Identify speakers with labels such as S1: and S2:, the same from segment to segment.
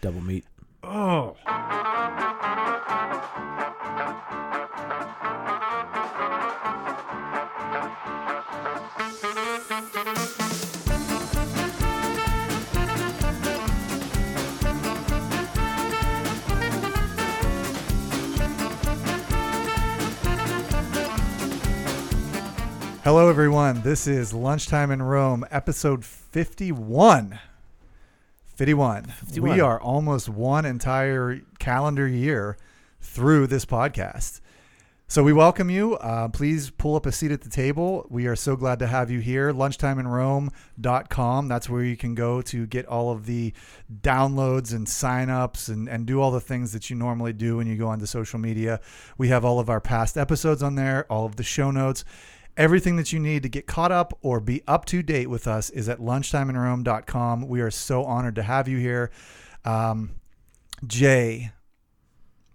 S1: Double meat.
S2: Oh.
S3: Hello, everyone. This is Lunchtime in Rome, episode 51. 51.
S1: 51.
S3: We are almost one entire calendar year through this podcast. So we welcome you. Uh, please pull up a seat at the table. We are so glad to have you here. Lunchtimeinrome.com. That's where you can go to get all of the downloads and signups and, and do all the things that you normally do when you go onto social media. We have all of our past episodes on there, all of the show notes. Everything that you need to get caught up or be up to date with us is at lunchtimeinrome.com. We are so honored to have you here. Um, Jay,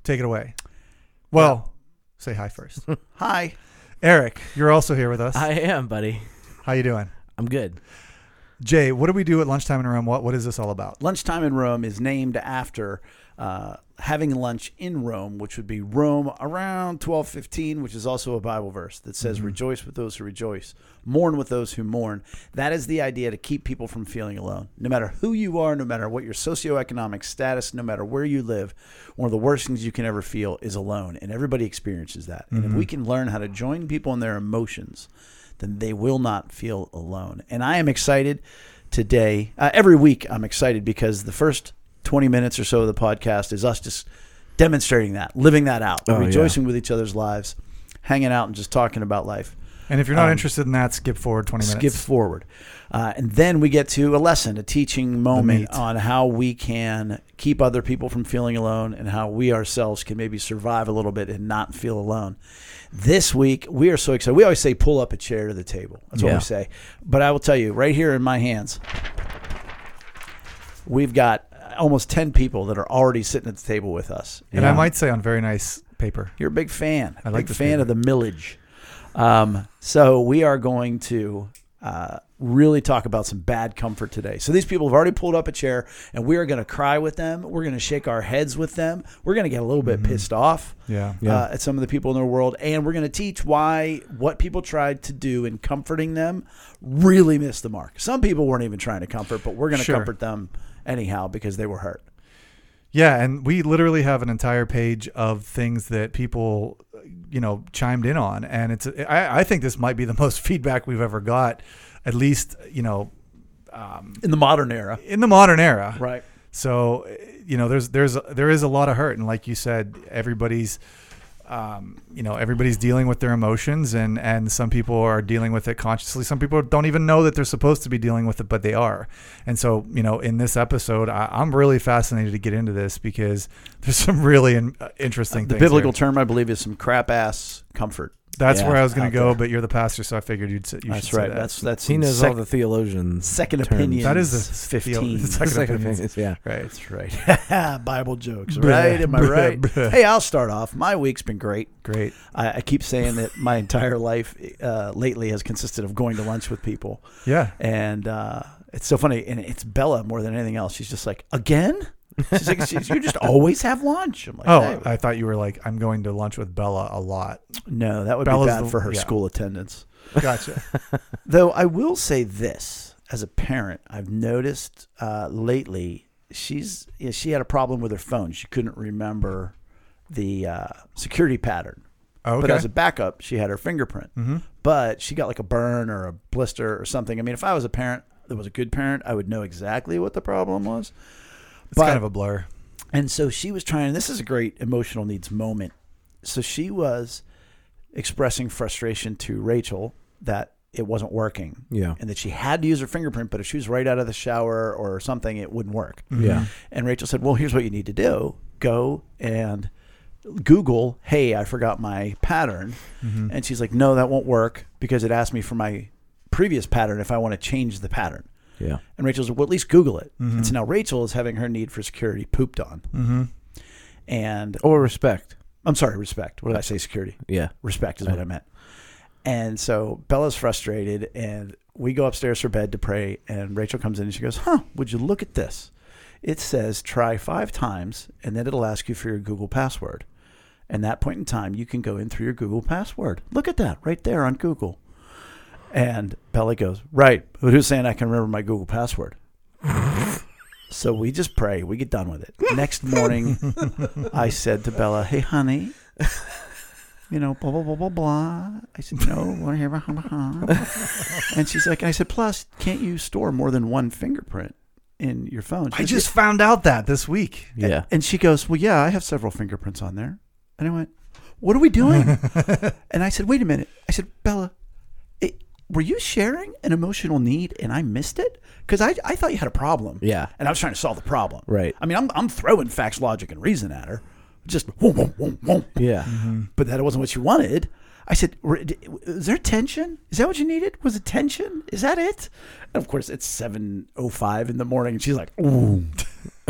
S3: take it away. Well, say hi first.
S1: Hi.
S3: Eric, you're also here with us.
S1: I am, buddy.
S3: How you doing?
S1: I'm good.
S3: Jay, what do we do at lunchtime in Rome? What what is this all about?
S4: Lunchtime in Rome is named after uh, having lunch in Rome, which would be Rome around 1215, which is also a Bible verse that says, Rejoice with those who rejoice, mourn with those who mourn. That is the idea to keep people from feeling alone. No matter who you are, no matter what your socioeconomic status, no matter where you live, one of the worst things you can ever feel is alone. And everybody experiences that. And if we can learn how to join people in their emotions, then they will not feel alone. And I am excited today. Uh, every week, I'm excited because the first 20 minutes or so of the podcast is us just demonstrating that, living that out,
S1: Oh, yeah.
S4: rejoicing with each other's lives, hanging out and just talking about life.
S3: And if you're not
S4: Um,
S3: interested in that, skip forward 20 minutes.
S4: Skip forward. Uh, and then we get to a lesson, a teaching
S3: meat.
S4: moment on how we can keep other people from feeling alone and how we ourselves can maybe survive a little bit and not feel alone. This week, we are so excited. We always say pull up a chair to the table. That's what
S1: Yeah.
S4: we say. But I will tell you, right here in my hands, we've got almost 10 people that are already sitting at the table with us.
S3: and I might say on very nice paper.
S4: You're a big fan.
S3: I
S4: I
S3: like
S4: big
S3: this
S4: fan of the millage. Um, so we are going to uh, really talk about some bad comfort today. So these people have already pulled up a chair, and we are going to cry with them. We're going to shake our heads with them. We're going to get a little bit pissed off
S3: Mm-hmm. Yeah.
S4: uh, at some of the people in their world, and we're going to teach why what people tried to do in comforting them really missed the mark. Some people weren't even trying to comfort, but we're going to
S3: Sure.
S4: comfort them anyhow because they were hurt.
S3: Yeah, and we literally have an entire page of things that people, you know, chimed in on, and it's. I, I think this might be the most feedback we've ever got, at least you know, um,
S4: In the modern era,
S3: in the modern era.
S4: right?
S3: So, you know, there's there's there is a lot of hurt, and like you said, everybody's, um, you know, everybody's dealing with their emotions, and and some people are dealing with it consciously. Some people don't even know that they're supposed to be dealing with it, but they are. And so, you know, in this episode, I, I'm really fascinated to get into this because there's some really in, uh, interesting.
S4: The
S3: things
S4: biblical
S3: here.
S4: term, I believe, is some crap ass comfort.
S3: That's
S1: yeah,
S3: where I was going
S4: out
S3: to go,
S4: there.
S3: but you're the pastor, so I figured you'd. Say, you
S4: That's
S3: should
S4: right.
S3: Say that.
S4: That's that's
S1: He
S4: in
S1: knows
S4: sec-
S1: all the theologians.
S4: second
S1: terms.
S4: opinion.
S3: that is the
S4: fifteen.
S3: Second,
S1: Second
S3: opinions.
S1: opinions, yeah.
S3: Right.
S4: that's right. Bible jokes,
S3: Bruh,
S4: right? Am I
S3: bruh,
S4: right?
S3: bruh.
S4: Hey, I'll start off. My week's been great.
S3: Great.
S4: I, I keep saying that my entire life uh, lately has consisted of going to lunch with people,
S3: Yeah.
S4: and uh, it's so funny. And it's Bella more than anything else. She's just like, again. She's like, she's, you just always have lunch. I'm like,
S3: Oh,
S4: "Hey,
S3: I thought you were like, I'm going to lunch with Bella a lot.
S4: no, that would
S3: Bella's
S4: be bad
S3: the-
S4: for her
S3: yeah.
S4: school attendance.
S3: Gotcha.
S4: Though I will say this, as a parent, I've noticed uh, lately she's yeah, she had a problem with her phone. She couldn't remember the uh, security pattern.
S3: Okay.
S4: But as a backup, she had her fingerprint. But she got like a burn or a blister or something. I mean, if I was a parent that was a good parent, I would know exactly what the problem was.
S3: It's kind of a blur.
S4: And so she was trying, this is a great emotional needs moment. So she was expressing frustration to Rachel that it wasn't working.
S1: Yeah.
S4: And that she had to use her fingerprint, but if she was right out of the shower or something, it wouldn't work.
S1: Mm-hmm. Yeah.
S4: And Rachel said, Well, here's what you need to do go and Google, hey, I forgot my pattern.
S1: Mm-hmm.
S4: And she's like, No, that won't work because it asked me for my previous pattern if I want to change the pattern.
S1: Yeah.
S4: And Rachel's like, well, at least Google it.
S1: Mm-hmm.
S4: And so now Rachel is having her need for security pooped on. Mm-hmm. And
S1: Or Oh, respect.
S4: I'm sorry, respect. What did I say? Security.
S1: Yeah.
S4: Respect is what I meant. And so Bella's frustrated, and we go upstairs for bed to pray. And Rachel comes in and she goes, Huh, would you look at this? it says try five times, and then it'll ask you for your Google password. And that point in time, you can go in through your Google password. Look at that right there on Google. And Pele goes, Right, but who's saying I can remember my Google password? so we just pray, we get done with it. Next morning, I said to Bella, Hey, honey, you know, blah, blah, blah, blah, blah. I said, No, we're here, blah, blah, blah." And she's like, I said, Plus, can't you store more than one fingerprint in your phone? She
S3: I
S4: goes,
S3: just found out that this week.
S1: Yeah.
S4: and she goes, Well, yeah, I have several fingerprints on there. And I went, What are we doing? and I said, Wait a minute. I said, Bella, it, were you sharing an emotional need and I missed it? Because I, I thought you had a problem.
S1: Yeah.
S4: And I was trying to solve the problem.
S1: Right.
S4: I mean, I'm, I'm throwing facts, logic, and reason at her. Just, whoom, whoom, whoom, whoom.
S1: Yeah.
S4: but that wasn't what she wanted. I said, "Were- d- "Is there tension? Is that what you needed? Was it tension? Is that it?" And of course, it's seven oh five in the morning, and she's like, "Ooh,"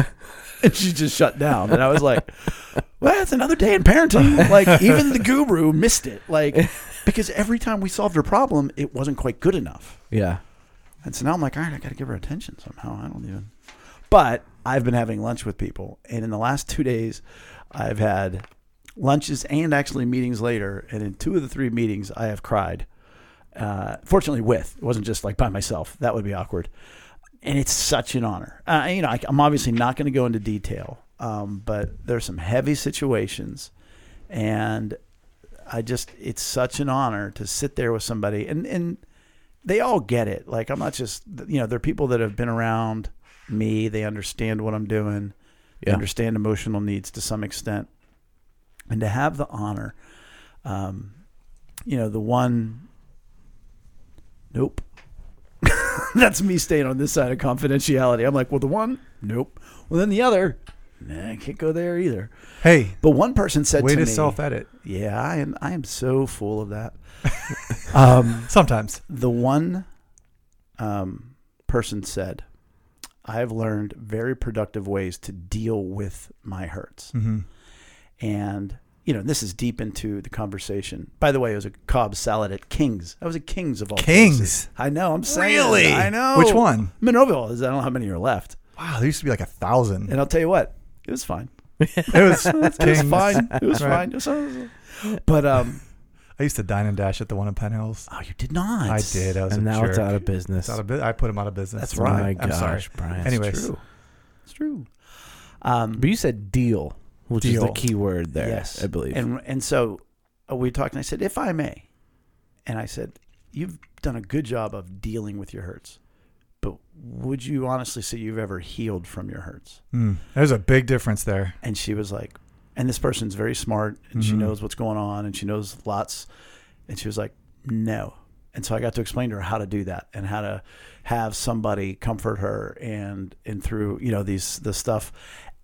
S4: and she just shut down. And I was like, "Well, that's another day in parenting." Like even the guru missed it, like because every time we solved her problem, it wasn't quite good enough.
S1: Yeah.
S4: And so now I'm like, all right, I got to give her attention somehow. I don't even. But I've been having lunch with people, and in the last two days, I've had lunches and actually meetings later. And in two of the three meetings, I have cried. Uh, fortunately, with it wasn't just like by myself. That would be awkward. And it's such an honor. Uh, you know, I, I'm obviously not going to go into detail, um, but there's some heavy situations, and I just it's such an honor to sit there with somebody and and they all get it. Like I'm not just you know, they're people that have been around me. They understand what I'm doing. They
S1: Yeah.
S4: understand emotional needs to some extent. And to have the honor, um, you know, the one nope. That's me staying on this side of confidentiality. I'm like, well, the one, nope. Well, then the other, nah, I can't go there either.
S3: Hey,
S4: But one person said
S3: way
S4: to
S3: to
S4: me,
S3: self edit.
S4: yeah, I am. I am so full of that. um,
S3: Sometimes.
S4: the one um, person said, "I have learned very productive ways to deal with my hurts,"
S3: Mm-hmm.
S4: and you know this is deep into the conversation. By the way, it was a Cobb salad at Kings. I was at Kings of all
S3: Kings?
S4: places. I know. I'm saying.
S1: Really?
S4: I know.
S3: Which one?
S4: Monroeville. I don't know how many are left.
S3: Wow, there used to be like a thousand.
S4: And I'll tell you what, it was fine.
S3: It was,
S4: It was
S3: Kings.
S4: fine. It was
S3: Right.
S4: fine. It was- it was- But um,
S3: I used to dine and dash at the one in Penn Hills.
S4: oh, you did not.
S3: I did. Uh, I was
S1: And
S3: a
S1: now
S3: jerk.
S1: it's out of business.
S3: It's out of bu- I put him out of business.
S4: That's
S1: oh
S4: right.
S1: my
S3: I'm
S1: gosh,
S3: sorry.
S1: Brian.
S3: Anyway.
S4: It's
S3: Anyways.
S4: true. It's true. Um,
S1: But you said deal, which is
S3: Deal.
S1: the key word there.
S4: yes,
S1: I believe.
S4: And and so uh, we talked, and I said, if I may, and I said, you've done a good job of dealing with your hurts, but would you honestly say you've ever healed from your hurts?
S3: Mm, there's a big difference there.
S4: And she was like, and this person's very smart, and she
S1: Mm-hmm.
S3: Mhm.
S4: knows what's going on, and she knows lots, and she was like, no. And so I got to explain to her how to do that and how to have somebody comfort her and and through you know these the stuff,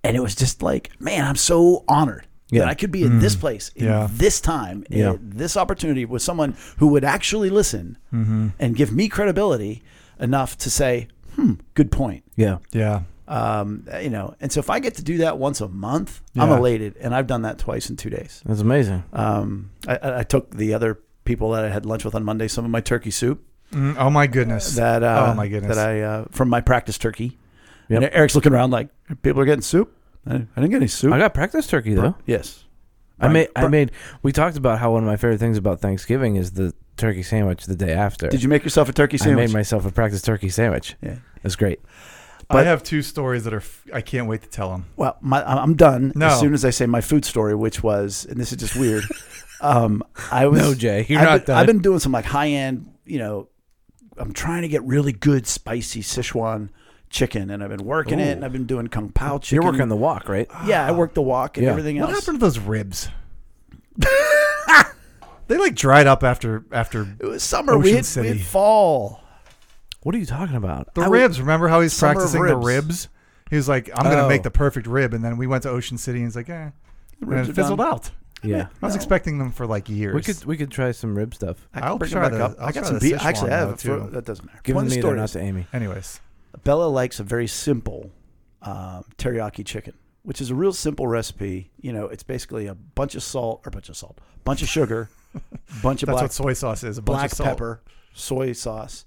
S4: and it was just like, man, I'm so honored
S1: Yeah. Mm-hmm.
S4: that I could be in this place in
S3: Yeah.
S4: this time, in
S1: Yeah.
S4: this opportunity with someone who would actually listen
S3: Mm-hmm.
S4: and give me credibility enough to say, hmm, good point.
S1: yeah.
S3: Yeah.
S4: Um, you know, and so if I get to do that once a month, I'm
S3: Yeah.
S4: elated, and I've done that twice in two days.
S1: That's amazing.
S4: Um, I- I, I took the other people that I had lunch with on Monday some of my turkey soup
S3: Mm, oh my goodness.
S4: that uh,
S3: Oh, my goodness.
S4: that I uh, from my practice turkey.
S1: Yep.
S4: And Eric's looking around like people are getting soup. I, I didn't get any soup.
S1: I got practice turkey though.
S4: yes,
S1: I
S4: Brian-
S1: made. I
S4: Brian-
S1: made. We talked about how one of my favorite things about Thanksgiving is the turkey sandwich the day after.
S4: Did you make yourself a turkey
S1: I
S4: sandwich?
S1: made myself a practice turkey sandwich.
S4: Yeah.
S1: That's great.
S3: I
S4: but-
S3: have two stories that are. F- I can't wait to tell them.
S4: Well, my, I- I'm done
S3: No.
S4: as soon as I say my food story, which was, and this is just weird. um, I was
S1: No, Jay, you're
S4: I've
S1: not
S4: been,
S1: done.
S4: I've been doing some like high end, you know. I'm trying to get really good spicy Sichuan chicken, and I've been working it,
S1: Ooh.
S4: and I've been doing kung pao chicken.
S1: You're working the walk, right?
S4: yeah, I worked the walk and
S1: Yeah.
S4: everything
S3: What
S4: else.
S3: happened to those ribs? they like dried up after after
S4: It was summer. we
S3: Ocean
S4: hit, we
S3: City?
S4: hit fall.
S1: What are you talking about?
S3: the
S4: I would-
S3: ribs. Remember how he's
S4: Summer of
S3: practicing the
S4: ribs.
S3: ribs? He was like, "I'm gonna
S1: Oh.
S3: make the perfect rib," and then we went to Ocean City, and he's like, "Eh," and
S4: Ribs
S3: it
S4: are
S3: fizzled
S4: done.
S3: out.
S1: Yeah.
S3: I was
S4: No.
S3: expecting them for like years.
S1: We could we could try some rib stuff.
S4: I can
S3: I'll
S4: bring it
S3: try
S4: back
S3: the-
S4: up.
S3: I'll
S4: I got
S3: try
S4: some
S3: the
S4: beef. Actually,
S3: Sichuan,
S4: I have
S3: though,
S4: it for-
S3: too.
S4: that doesn't matter.
S1: Give
S4: One
S1: them
S4: of
S1: to
S4: the
S1: me, they're
S4: stories.
S1: not to Amy.
S3: Anyways,
S4: Bella likes a very simple um, teriyaki chicken, which is a real simple recipe. You know, it's basically a bunch of salt or a bunch of salt, bunch of sugar, bunch of
S3: that's
S4: black,
S3: what soy sauce is. A bunch
S4: black
S3: of salt.
S4: pepper, soy sauce,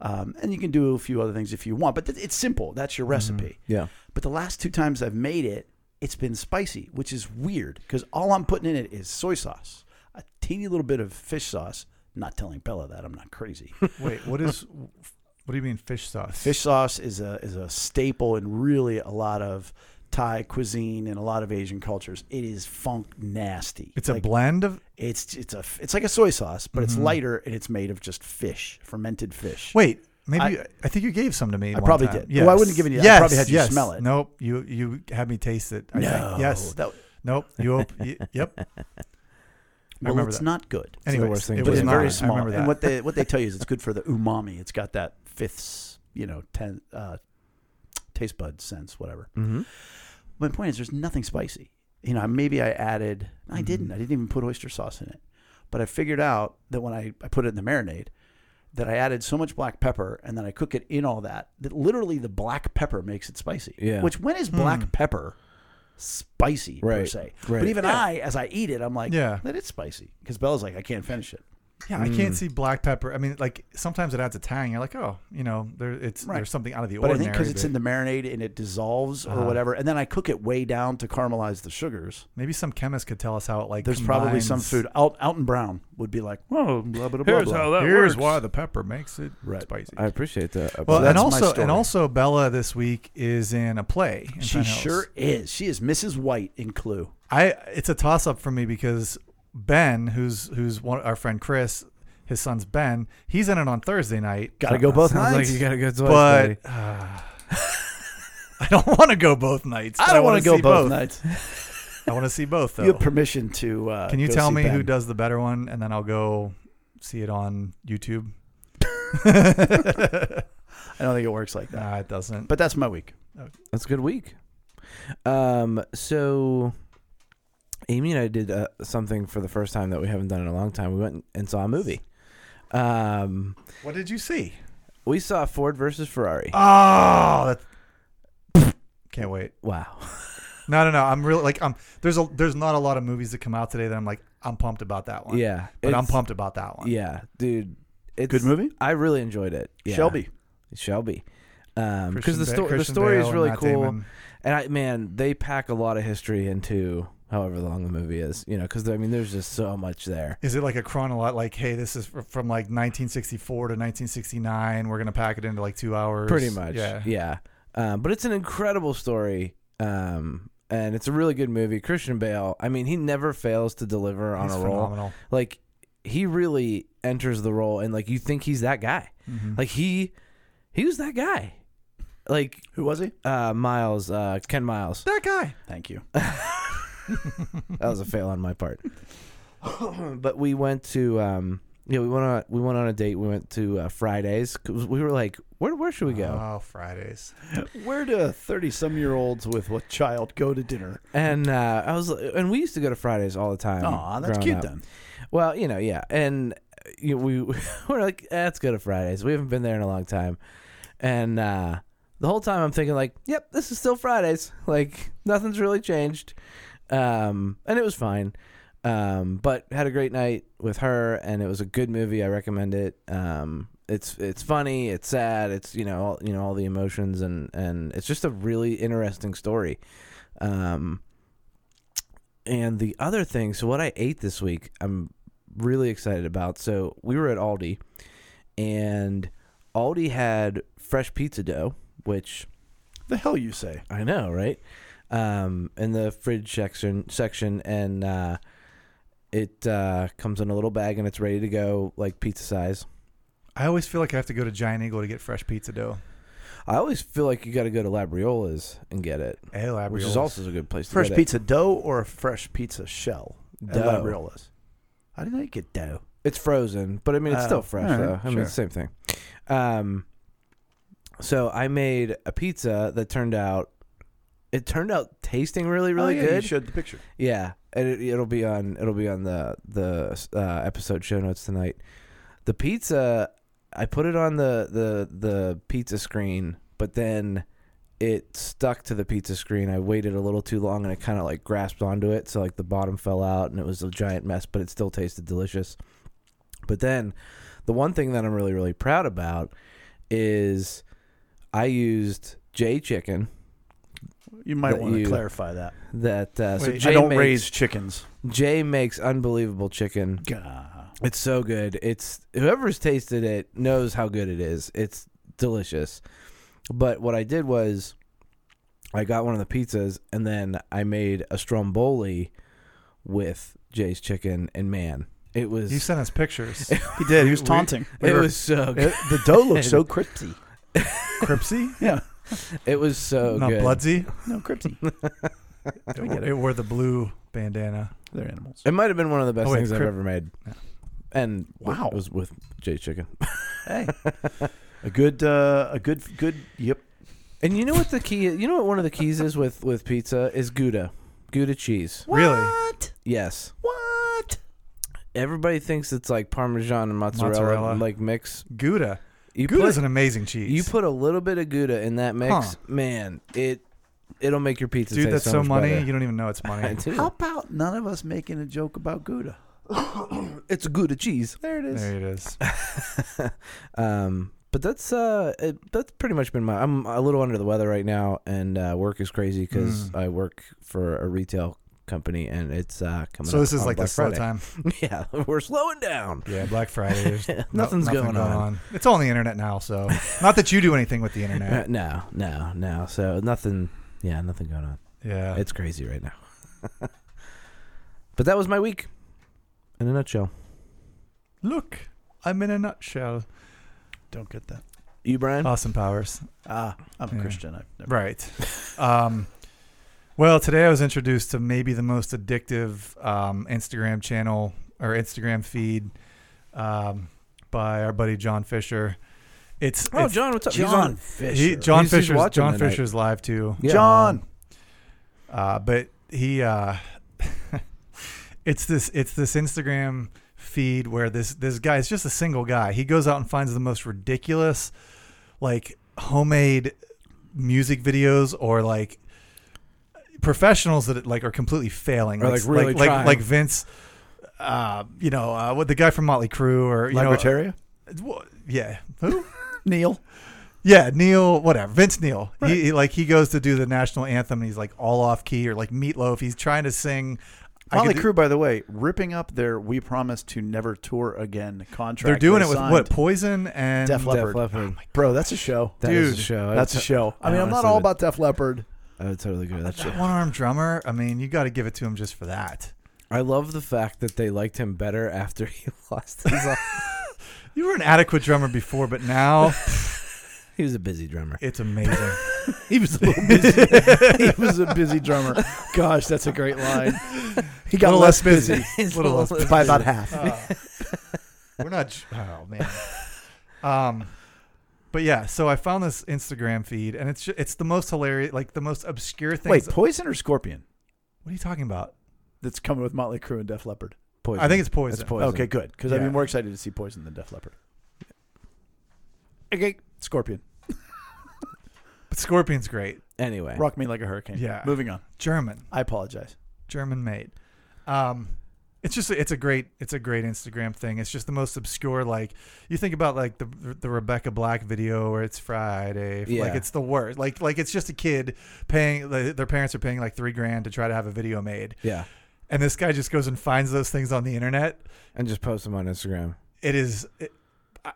S4: Um, and you can do a few other things if you want, but th- it's simple. That's your recipe.
S1: Yeah.
S4: But the last two times I've made it, it's been spicy, which is weird because all I'm putting in it is soy sauce, a teeny little bit of fish sauce. Not telling Bella that I'm not crazy.
S3: Wait, what is? What do you mean fish sauce?
S4: fish sauce is a is a staple in really a lot of Thai cuisine and a lot of Asian cultures. It is funk nasty.
S3: It's a
S4: Like,
S3: blend of.
S4: it's it's a it's like a soy sauce, but it's lighter and it's made of just fish, fermented fish.
S3: Wait, maybe I,
S4: I-
S3: think you gave some to me.
S4: I probably did. Well, I wouldn't have given you that. I probably had you smell it.
S3: Nope. You you had me taste it. I
S4: no,
S3: think. Yes.
S4: that,
S3: nope. You. Op- y- yep. I
S4: well,
S3: remember
S4: it's
S3: that.
S4: not good.
S1: the
S3: Anyways,
S1: worst thing
S3: it
S1: to
S4: but
S3: was
S4: it's
S1: do.
S3: not.
S4: very
S3: I
S4: small.
S3: remember that.
S4: And what they what they tell you is it's good for the umami. It's got that fifth, you know, ten uh, taste bud sense, whatever.
S1: Mm-hmm.
S4: My point is, there's nothing spicy. You know, maybe I added.
S3: Mm-hmm.
S4: I didn't. I didn't even put oyster sauce in it. But I figured out that when I, I put it in the marinade, that I added so much black pepper, and then I cook it in all that that literally the black pepper makes it spicy.
S1: Yeah.
S4: Which when is black
S3: Hmm.
S4: pepper spicy per
S1: Right.
S4: se?
S1: Right.
S4: But even
S3: Yeah.
S4: I, as I eat it, I'm like,
S3: Yeah.
S4: that is spicy. Because Bella's like, I can't finish it.
S3: Yeah, I can't
S1: Mm.
S3: see black pepper. I mean, like sometimes it adds a tang. You're like, oh, you know, there it's
S4: Right.
S3: there's something out of the
S4: But I
S3: ordinary.
S4: think because it's
S3: but
S4: in the marinade and it dissolves
S3: Uh-huh.
S4: or whatever, and then I cook it way down to caramelize the sugars.
S3: maybe some chemist could tell us how it like.
S4: There's probably some
S3: combines-
S4: food. Al- Alton Brown would be like, "Whoa, blah blah blah." blah.
S2: Oh, that
S3: Here's why the pepper makes it
S4: Right.
S3: spicy.
S1: I appreciate that. I
S3: well,
S1: appreciate
S3: and
S4: that's my
S3: also
S4: story.
S3: and also Bella this week is in a play. in
S4: she
S3: Penn Hills.
S4: sure is. She is Mrs. White in Clue.
S3: I it's a toss up for me because Ben, who's who's one our friend Chris, his son's Ben, he's in it on Thursday night.
S4: Got to go both
S1: Sounds like
S4: nights.
S1: you got a good voice, buddy.
S3: but uh, I don't want to go both nights. but
S4: I don't
S3: wanna
S4: want to go
S3: see
S4: both, nights.
S3: I want to see both though.
S4: You have permission to. Uh,
S3: Can you
S4: go
S3: tell
S4: see
S3: me who
S4: Ben.
S3: does the better one, and then I'll go see it on YouTube?
S4: I don't think it works like that.
S3: Nah, it doesn't.
S4: But that's my week.
S1: That's a good week. Um, so Amy and I did uh, something for the first time that we haven't done in a long time. We went and saw a movie. Um,
S3: what did you see?
S1: we saw Ford versus Ferrari.
S3: Oh, that, can't wait.
S1: wow.
S3: No, no, no. I'm really like I'm. There's a there's not a lot of movies that come out today that I'm like I'm pumped about that one.
S1: Yeah,
S3: but I'm
S1: it's-
S3: pumped about that one.
S1: Yeah, dude, it's
S4: Good movie.
S1: I really enjoyed it. Yeah.
S4: Shelby.
S1: Shelby. Um,
S3: Christian
S1: because the,
S3: Ba-
S1: sto- the
S3: Christian
S1: story
S3: Bale
S1: is
S3: and
S1: really
S3: Matt
S1: cool,
S3: Damon.
S1: and I man, they pack a lot of history into however long the movie is. You know, because I mean, there's just so much there.
S3: Is it like a chronological? Like, hey, this is fr- from like 1964 to 1969. We're gonna pack it into like two hours.
S1: Pretty much.
S3: Yeah.
S1: Yeah. Um, but it's an incredible story. Um, and it's a really good movie. Christian Bale, I mean, he never fails to deliver on
S3: He's
S1: a role.
S3: phenomenal.
S1: Like, he really enters the role, and like, you think he's that guy.
S3: Mhm.
S1: Like, he, he was that guy. Like,
S4: Who was he?
S1: uh, Miles, uh, Ken Miles.
S3: that guy.
S4: Thank you.
S1: That was a fail on my part. but we went to, um, yeah, we went on, we went on a date. We went to uh, Fridays. 'cause we were like, where, where should we go?
S4: Uh,
S3: Oh, Fridays.
S4: Where do thirty-some-year-olds with a child go to dinner?
S1: And uh, I was, and we used to go to Fridays all the time.
S4: Aw, that's
S1: growing
S4: cute
S1: up.
S4: then.
S1: Well, you know, yeah, and uh, you know, we we're like, eh, let's go to Fridays. We haven't been there in a long time, and uh, the whole time I'm thinking like, yep, this is still Fridays. Like nothing's really changed, um, and it was fine. Um, but had a great night with her, and it was a good movie. I recommend it. Um, it's it's funny, it's sad, it's you know all, you know all the emotions, and and it's just a really interesting story. Um, and the other thing, so what I ate this week, I'm really excited about. So we were at Aldi, and Aldi had fresh pizza dough, which
S4: The hell you say?
S1: I know, right? Um, in the fridge section, section, and uh, it uh, comes in a little bag, and it's ready to go, like pizza size.
S3: I always feel like I have to go to Giant Eagle to get fresh pizza dough.
S1: I always feel like you got to go to Labriola's and get it,
S3: Hey, Labriolas.
S1: which is also a good place to
S4: Fresh
S1: get it.
S4: pizza dough or a fresh pizza shell? At
S1: Dough.
S4: Labriola's. How do they get dough?
S1: It's frozen, but I mean it's
S4: Oh,
S1: still fresh
S4: all right,
S1: though. I mean
S4: sure.
S1: it's the same thing. Um, so I made a pizza that turned out it turned out tasting really really
S4: Oh, yeah, You
S1: good.
S4: showed the picture.
S1: Yeah, and it, it'll be on it'll be on the the uh, episode show notes tonight. The pizza I put it on the the the pizza screen, but then it stuck to the pizza screen. I waited a little too long and it kind of like grasped onto it, so like the bottom fell out and it was a giant mess, but it still tasted delicious. But then the one thing that I'm really really proud about is I used J chicken
S4: You might
S1: That
S4: want to
S1: you-
S4: clarify that.
S1: that uh, so
S3: Wait, I
S1: Jay
S4: I don't
S1: makes,
S4: raise chickens.
S1: Jay makes unbelievable chicken.
S4: Gah.
S1: It's so good. It's whoever's tasted it knows how good it is. It's delicious. But what I did was I got one of the pizzas and then I made a stromboli with Jay's chicken and man, it was
S3: You sent us pictures.
S4: He did. He was
S3: We-
S4: taunting.
S1: it
S3: we were-
S1: was so good.
S4: It- the dough looks so crypty.
S3: Cripsy?
S4: Yeah.
S1: It was so
S3: Not
S1: Oh, good.
S3: Bloodsy.
S4: No, crypty.
S3: It,
S4: get it.
S3: it wore the blue bandana.
S4: They're animals.
S1: It might have been one of the best
S3: Oh, wait,
S1: things I've
S3: cri-
S1: ever made.
S3: Yeah.
S1: And w-
S4: Wow.
S1: it was with Jay's chicken.
S4: Hey. A good, uh, a good, good, yep.
S1: And you know what the key? You know what one of the keys is with with pizza is Gouda, Gouda cheese.
S3: Really?
S4: What?
S1: Yes,
S4: What?
S1: everybody thinks it's like Parmesan and mozzarella,
S3: Mozzarella.
S1: like mix.
S3: Gouda.
S1: You
S3: Gouda's
S1: put
S3: an amazing cheese.
S1: you put a little bit of Gouda in that mix,
S3: Huh.
S1: man. It it'll make your pizza.
S3: Dude,
S1: taste
S3: that's
S1: so,
S3: so
S1: much
S3: money.
S1: better.
S3: You don't even know it's
S1: I
S3: money.
S1: do.
S4: How about none of us making a joke about Gouda?
S1: It's Gouda cheese.
S4: There it is.
S3: there it is.
S1: um, but that's uh, it, that's pretty much been my. I'm a little under the weather right now, and uh, work is crazy because
S3: Mm.
S1: I work for a retail company, and it's uh, coming.
S3: So
S1: up
S3: this is
S1: on
S3: like
S1: Black
S3: the slow
S1: Friday.
S3: time.
S1: Yeah, we're slowing down.
S3: Yeah, Black Friday. There's no-
S1: Nothing's going on.
S3: It's all on the internet now, so not that you do anything with the
S1: Uh,
S3: internet.
S1: no, no, no. So nothing. Yeah, nothing going on.
S3: Yeah.
S1: It's crazy right now. but that was my week, in a nutshell.
S3: Look, I'm in a nutshell.
S4: Don't get that.
S1: You, Brian?
S3: Awesome powers.
S4: Ah, I'm
S3: Uh, Yeah.
S4: a Christian. I've never.
S3: Right. Um, well, today I was introduced to maybe the most addictive um, Instagram channel or Instagram feed um, by our buddy John Fisher. It's,
S1: oh,
S3: it's-
S1: John, what's up? He's
S4: John
S1: on.
S4: Fisher.
S3: He, John
S1: He's- he's
S3: Fisher's
S1: watching
S3: John
S1: tonight.
S3: Fisher's live too.
S1: Yeah.
S4: John.
S3: Uh, but he uh, it's this it's this Instagram feed where this this guy is just a single guy. He goes out and finds the most ridiculous like homemade music videos or like professionals that like are completely failing
S1: Or, like, really
S3: like, like,
S1: trying.
S3: like Vince uh, you know uh, what the guy from Motley Crue or you know uh,
S4: Libertaria.
S3: wha- yeah who
S4: Neil.
S3: yeah, Neil, whatever. Vince Neil.
S4: Right.
S3: He, he like he goes to do the national anthem and he's like all off key or like meatloaf. He's trying to sing I
S4: Motley
S3: could do-
S4: Crue, by the way, ripping up their "We Promise to Never Tour Again" contract.
S3: They're doing
S4: they
S3: it with
S4: signed.
S3: what? Poison and
S4: Def Leppard.
S1: Def Leppard.
S4: Bro, that's a show.
S1: That is
S3: Dude,
S1: a show. I
S4: That's a
S1: would
S4: show. I
S1: I
S4: mean, I'm not
S1: honestly
S4: all
S1: would-
S4: about Def Leppard.
S1: I would totally agree with that shit.
S3: that one armed drummer. I mean, you got to give it to him just for that.
S1: I love the fact that they liked him better after he lost his.
S3: You were an adequate drummer before, but now
S1: he was a busy drummer.
S3: it's amazing.
S4: He was a little busy. he was a busy drummer. Gosh, that's a great line. He got
S3: Little
S4: less
S3: less busy.
S4: busy
S1: He's
S3: Little less
S4: by about half.
S3: Uh, we're not. j- Oh man. Um, but yeah. So I found this Instagram feed, and it's ju- it's the most hilarious, like the most obscure things.
S4: Wait, Poison or Scorpion?
S3: what are you talking about?
S4: That's coming with Motley Crue and Def Leppard.
S1: Poison.
S3: I think it's poison.
S1: It's poison.
S4: Okay, good. Because I'd
S3: Yeah.
S4: be more excited to see Poison than Def Leppard. Okay, Scorpion,
S3: But Scorpion's great.
S1: Anyway,
S4: rock me like a hurricane.
S3: Yeah.
S4: moving on.
S3: German.
S4: I apologize.
S3: German made. Um, it's just it's a great it's a great Instagram thing. It's just the most obscure. Like you think about like the the Rebecca Black video where it's Friday.
S1: Yeah.
S3: Like it's the worst. Like like it's just a kid paying like, their parents are paying like three grand to try to have a video made,
S1: yeah,
S3: and this guy just goes and finds those things on the internet.
S1: and just post him on Instagram.
S3: It is. It,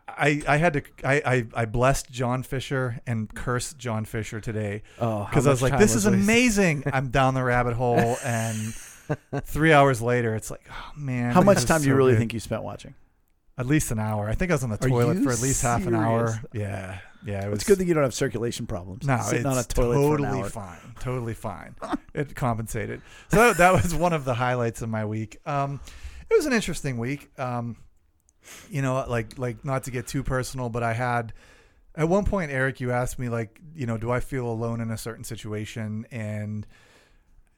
S3: I, I had to I, I, I blessed John Fisher and cursed John Fisher today
S1: Oh, how
S3: because I
S1: much
S3: was like,
S1: time
S3: "This is
S1: wasted.
S3: amazing." I'm down the rabbit hole, and three hours later, it's like, "Oh man!"
S4: How
S3: this
S4: much
S3: is
S4: time do you
S3: so
S4: really
S3: good."
S4: think you spent watching?
S3: At least an hour. I think I was on the
S4: Are
S3: toilet
S4: you
S3: for at least half an hour.
S4: serious?
S3: Yeah, yeah. It was
S4: It's good that you don't have circulation problems.
S3: No, it's
S4: sitting on a toilet
S3: totally
S4: for an hour.
S3: fine. Totally fine. it compensated. So that, that was one of the highlights of my week. Um, it was an interesting week. Um, you know, like like not to get too personal, but I had at one point, Eric, you asked me like, you know, do I feel alone in a certain situation? And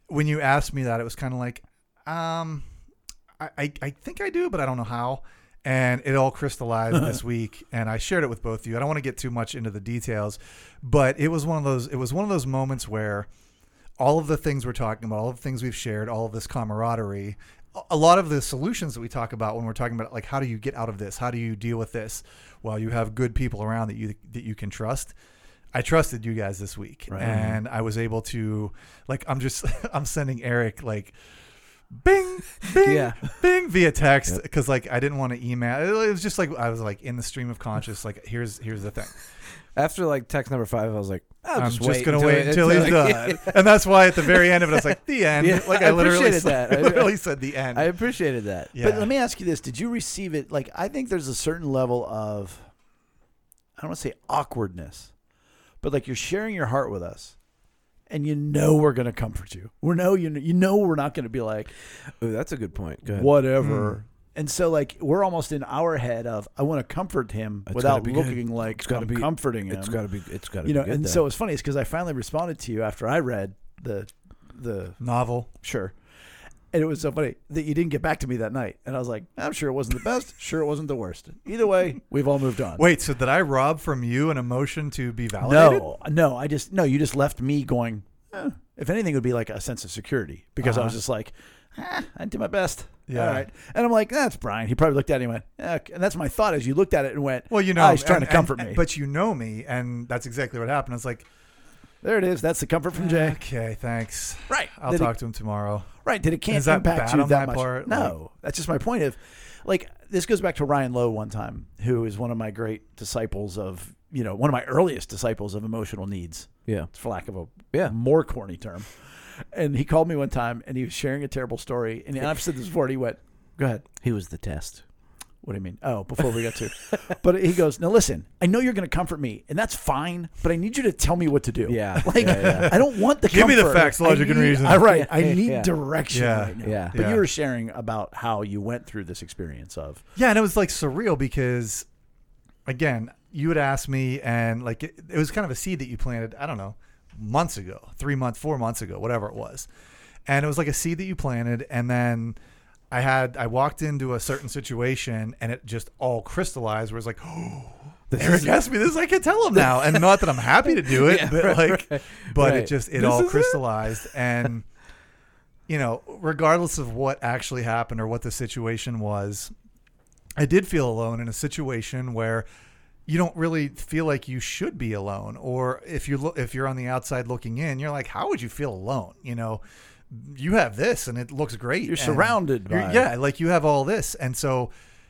S3: when you asked me that, it was kind of like, um, I, I I think I do, but I don't know how. And it all crystallized this week, and I shared it with both of you. I don't want to get too much into the details, but it was one of those. It was one of those moments where all of the things we're talking about, all of the things we've shared, all of this camaraderie, a lot of the solutions that we talk about when we're talking about like how do you get out of this how do you deal with this well you have good people around that you that you can trust i trusted you guys this week
S4: Right.
S3: and i was able to like i'm just i'm sending eric like bing bing
S1: Yeah.
S3: bing via text because like i didn't want to email it was just like i was like in the stream of conscious like here's here's the thing
S1: After like text number five, I was like, I'll
S3: i'm
S1: just
S3: just,
S1: wait
S3: gonna wait until he's done and that's why at the very end of it i was like the end
S1: Yeah,
S3: like
S1: I
S3: i literally
S1: appreciated
S3: said,
S1: that. I-
S3: I literally said the end
S1: I appreciated that.
S3: yeah.
S4: But let me ask you this: Did you receive it? Like, I think there's a certain level of, I don't want to say awkwardness, but like you're sharing your heart with us, and you know we're gonna comfort you. We know you. You know we're not gonna be like
S1: Ooh, that's a good Mm. point. Go ahead.
S4: whatever. And so, like, we're almost in our head of I want to comfort him
S1: It's
S4: without
S1: gotta be good.
S4: looking like
S1: It's gotta
S4: I'm
S1: be-
S4: comforting him.
S1: It's gotta be. It's gotta.
S4: you know.
S1: be good
S4: and
S1: then.
S4: so it's funny, it's because I finally responded to you after I read the the
S3: novel
S4: Sure. And it was so funny that you didn't get back to me that night. And I was like, I'm sure it wasn't the best. Sure, it wasn't the worst. Either way, we've all moved on.
S3: Wait, so did I rob from you an emotion to be validated?
S4: no, no, I just, no, you just left me going, eh. if anything, it would be like a sense of security because I was
S3: Uh-huh.
S4: just like, ah, I did my best.
S3: Yeah.
S4: All right. And I'm like, that's Brian. He probably looked at it and went, eh, okay. and that's my thought as you looked at it and went,
S3: Well, you know,
S4: Ah, he's trying
S3: and-
S4: to comfort
S3: and-
S4: me.
S3: But you know me, and that's exactly what happened. It's like,
S4: there it is. That's the comfort from Jay.
S3: okay, thanks.
S4: Right.
S3: I'll
S4: Did it-
S3: talk to him tomorrow.
S4: Right, that it can't
S3: Is that
S4: impact
S3: bad
S4: you
S3: on
S4: that
S3: my
S4: much.
S3: part?
S4: No, that's just my point of, like, this goes back to Ryan Lowe one time, who is one of my great disciples of, you know, one of my earliest disciples of emotional needs,
S1: yeah,
S4: for lack of a
S1: yeah.
S4: more corny term. And he called me one time, and he was sharing a terrible story, and I've said this before. And he went, "Go ahead."
S1: He was the test.
S4: What do you mean? Oh, before we got to, but he goes, "Now listen, I know you're going to comfort me, and that's fine, but I need you to tell me what to do."
S1: Yeah,
S4: like
S1: yeah, yeah.
S4: I don't want the
S3: Give me the
S4: comfort.
S3: facts,
S4: I
S3: logic, and
S4: need-
S3: reason.
S4: I- right, I
S1: Yeah,
S4: need
S1: yeah.
S4: direction
S3: Yeah,
S4: right now.
S1: yeah.
S4: but
S3: Yeah.
S4: you were sharing about how you went through this experience of
S3: Yeah, and it was like surreal because, again, you would ask me, and like it, it was kind of a seed that you planted. I don't know, months ago, three months, four months ago, whatever it was, and it was like a seed that you planted, and then I had I walked into a certain situation, and it just all crystallized. Where it's like, oh, Eric asked me this, I can tell him now, and not that I'm happy to do it, but like, but
S1: right.
S3: it just it
S1: This
S3: all
S1: is it?
S3: crystallized and. You know, regardless of what actually happened or what the situation was, I did feel alone in a situation where you don't really feel like you should be alone or if you lo- if you're on the outside looking in you're like how would you feel alone you know you have this and it looks great
S4: You're
S3: and
S4: surrounded by it.
S3: yeah like you have all this and so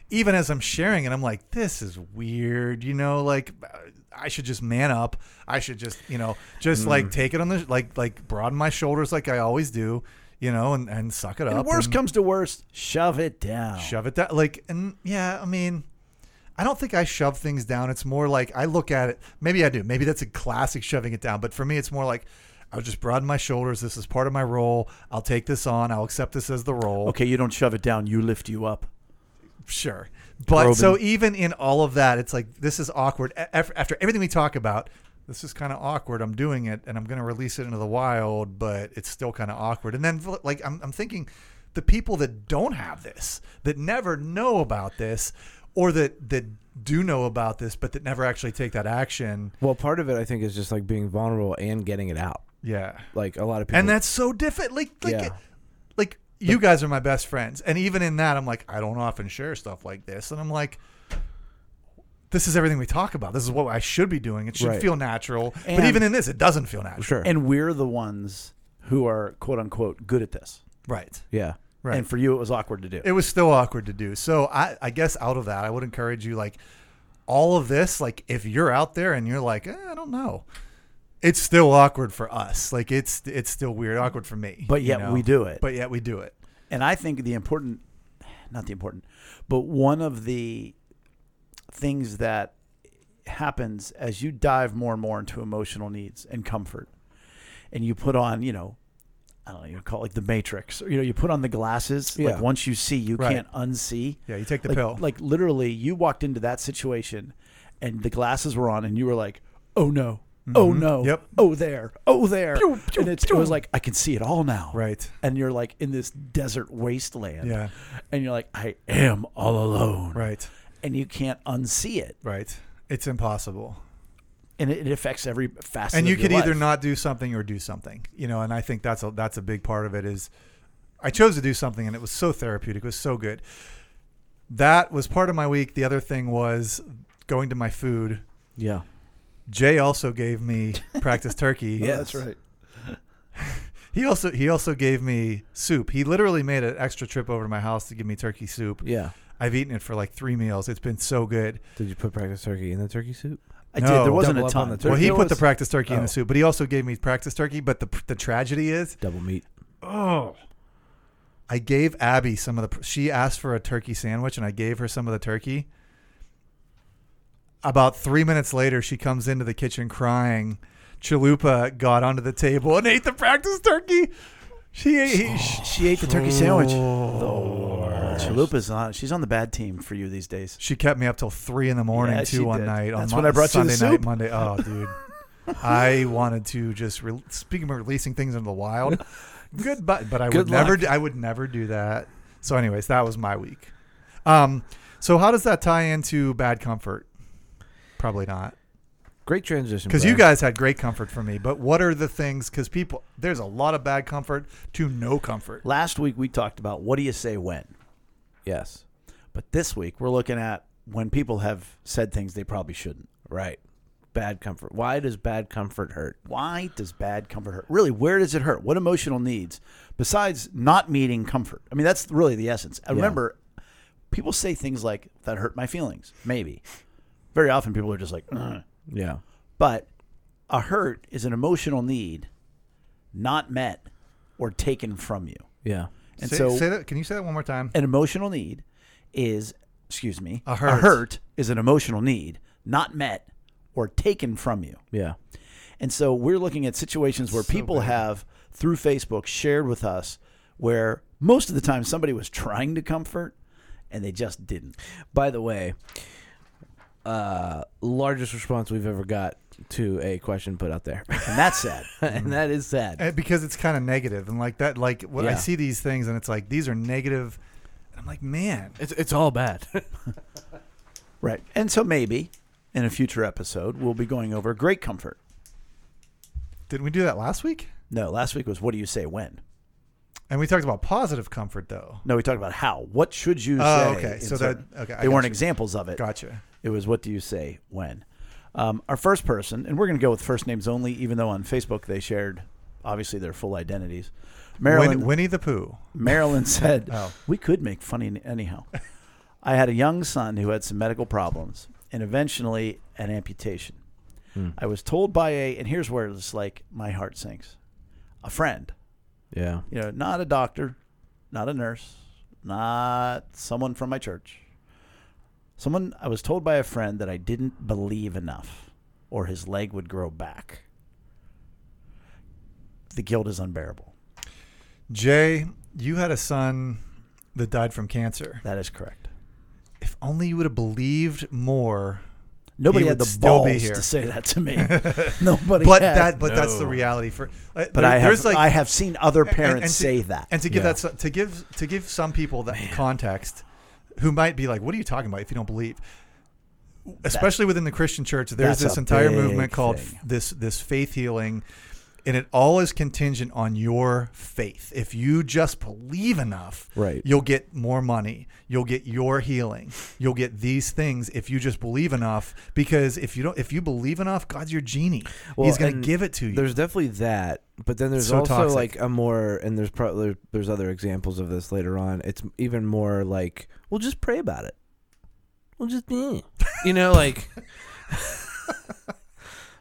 S3: even as I'm sharing it I'm like this is weird you know like I should just man up I should just you know just like take it on the like like broaden my shoulders like I always do you know and and suck it
S4: and
S3: up
S4: worst
S3: and-
S4: comes to worst, shove it down.
S3: shove it down. Like, and yeah, I mean, I don't think I shove things down. It's more like I look at it. Maybe I do. Maybe that's a classic shoving it down. But for me, it's more like I'll just broaden my shoulders. This is part of my role. I'll take this on. I'll accept this as the role.
S4: Okay, you don't shove it down, you lift you up.
S3: Sure. But
S4: Probing.
S3: so even in all of that, it's like this is awkward. A- af- After everything we talk about, this is kind of awkward. I'm doing it and I'm going to release it into the wild, but it's still kind of awkward. And then like I'm, I'm thinking the people that don't have this, that never know about this, or that that do know about this but that never actually take that action.
S1: Well, part of it I think is just like being vulnerable and getting it out.
S3: Yeah.
S1: Like a lot of people.
S3: And that's so different. Like like
S1: Yeah.
S3: like you guys are my best friends. And even in that I'm like I don't often share stuff like this and I'm like this is everything we talk about. This is what I should be doing. It should
S1: Right.
S3: feel natural.
S4: And-
S3: but even in this it doesn't feel natural.
S1: sure.
S4: And we're the ones who are quote unquote good at this.
S3: Right.
S1: yeah.
S3: Right.
S4: And for you it was awkward to do.
S3: it was still awkward to do. So I, I guess out of that, I would encourage you like all of this. Like if you're out there and you're like, eh, I don't know, it's still awkward for us. Like it's it's still weird, awkward for me.
S4: But
S3: you
S4: yet
S3: know?
S4: we do it.
S3: But yet we do it.
S4: And I think the important, not the important, but one of the things that happens as you dive more and more into emotional needs and comfort, and you put on, you know, I don't know, you call it like the matrix, or, you know, you put on the glasses.
S1: Yeah.
S4: Like once you see, you
S3: Right.
S4: can't unsee.
S3: Yeah, you take the
S4: like,
S3: pill.
S4: Like literally, you walked into that situation, and the glasses were on, and you were like, "Oh no, oh
S3: Mhm.
S4: no,
S3: Yep.
S4: oh there, oh there,"
S3: Pew, pew,
S4: and it's, it
S3: pew.
S4: was like I can see it all now,
S3: right.
S4: and you're like in this desert wasteland.
S3: Yeah.
S4: And you're like, I am all alone.
S3: Right.
S4: And you can't unsee it.
S3: Right. It's impossible.
S4: And it, it affects every facet
S3: and you
S4: of
S3: could
S4: your
S3: either
S4: life.
S3: not do something or do something you know and i think that's a that's a big part of it is I chose to do something, and it was so therapeutic. It was so good. That was part of my week. The other thing was going to my food.
S1: Yeah.
S3: Oh, Jay also gave me practice turkey.
S4: Yeah, Oh, that's right.
S3: He also he also gave me soup. He literally made an extra trip over to my house to give me turkey soup.
S1: Yeah.
S3: I've eaten it for like three meals. It's been so good.
S1: Did you put practice turkey in the turkey soup?
S4: I
S3: No.
S4: did. There wasn't
S1: Double
S4: a
S1: up on
S4: ton.
S1: the
S3: well,
S1: turkey
S3: he
S4: There
S3: put the
S4: was-
S3: practice turkey in
S1: Oh.
S3: the soup, but he also gave me practice turkey. But the the tragedy is
S1: Double meat.
S4: Oh,
S3: I gave Abby some of the. pr- She asked for a turkey sandwich, and I gave her some of the turkey. About three minutes later, she comes into the kitchen crying. Chalupa got onto the table and ate the practice turkey. She ate. he- sh-
S4: she ate the turkey sandwich.
S1: Oh.
S4: Chalupa's on. She's on the bad team for you these days.
S3: She kept me up till three in the morning,
S4: Yeah,
S3: two
S4: she
S3: one
S4: did.
S3: night on
S4: That's
S3: Mon-
S4: when I brought you
S3: Sunday
S4: the
S3: night,
S4: soup.
S3: Monday. Oh, dude, I wanted to just re- speaking of releasing things into the wild. Goodbye, but I would
S1: Good
S3: never.
S1: luck.
S3: do- I would never do that. So, anyways, that was my week. Um, so how does that tie into bad comfort? Probably not,
S1: Great transition.
S3: because you
S1: Brian.
S3: guys had great comfort for me. But what are the things? Because people, there's a lot of bad comfort to no comfort.
S4: Last week we talked about what do you say when,
S1: Yes.
S4: but this week we're looking at when people have said things they probably shouldn't.
S1: Right. Bad comfort. Why does bad comfort hurt?
S4: Why does bad comfort hurt? Really, where does it hurt? What emotional needs besides not meeting comfort? I mean, that's really the essence. I
S1: Yeah.
S4: remember people say things like that hurt my feelings. Maybe very often people are just like, "Ugh."
S1: Yeah.
S4: but a hurt is an emotional need not met or taken from you.
S1: Yeah.
S4: And
S3: say,
S4: so
S3: say that. Can you say that one more time?
S4: an emotional need is, excuse me,
S3: A hurt.
S4: is an emotional need not met or taken from you.
S1: Yeah.
S4: And so we're looking at situations where people have, through Facebook, shared with us where most of the time somebody was trying to comfort and they just didn't.
S1: By the way, uh, largest response we've ever got to a question put out there,
S4: And that's sad.
S1: and that is sad.
S3: Uh, because it's kind of negative and like that like when i
S1: Yeah.
S3: see these things and it's like these are negative and i'm like man
S1: It's it's all bad.
S4: right. And so maybe in a future episode, we'll be going over great comfort.
S3: didn't we do that last week
S4: No, last week was what do you say when?
S3: and we talked about positive comfort though
S4: No, we talked about how. What should you
S3: oh
S4: say?
S3: okay
S4: in
S3: so that
S4: certain-
S3: okay I
S4: they weren't
S3: gotcha.
S4: examples of it.
S3: gotcha
S4: It was what do you say when? Um, our first person, and we're going to go with first names only, even though on Facebook they shared obviously their full identities. Marilyn,
S3: Win- winnie the pooh
S4: Marilyn said,
S3: Oh.
S4: "We could make funny n- anyhow." I had a young son who had some medical problems and eventually an amputation.
S1: Hmm.
S4: I was told by a, and here's where it's like my heart sinks. A friend,
S1: yeah.
S4: you know, not a doctor, not a nurse, not someone from my church. Someone I was told by a friend that I didn't believe enough or his leg would grow back. The guilt is unbearable.
S3: jay you had a son that died from cancer
S4: That is correct.
S3: if only you would have believed more
S4: Nobody
S3: He
S4: had
S3: would
S4: the
S3: still be
S4: balls
S3: here.
S4: to say that to me. Nobody
S3: but
S4: had.
S3: that but that's the reality for uh, but
S4: but I have I have seen other
S3: And- and-
S4: parents
S3: and to-
S4: say that.
S3: and to give
S1: Yeah.
S3: that that to give to give some people that context who might be like what are you talking about if you don't believe especially within the christian church there's
S4: that's
S3: this
S4: a
S3: entire
S4: big
S3: movement called
S4: thing.
S3: this this faith healing and it all is contingent on your faith if you just believe enough
S1: Right.
S3: you'll get more money you'll get your healing you'll get these things if you just believe enough because if you don't if you believe enough god's your genie he's going
S1: and
S3: to give it to you
S1: There's definitely that, but then there's
S3: So
S1: also
S3: toxic.
S1: like a more, and there's probably there's other examples of this later on. It's even more like we'll just pray about it. We'll just, eh. you know, like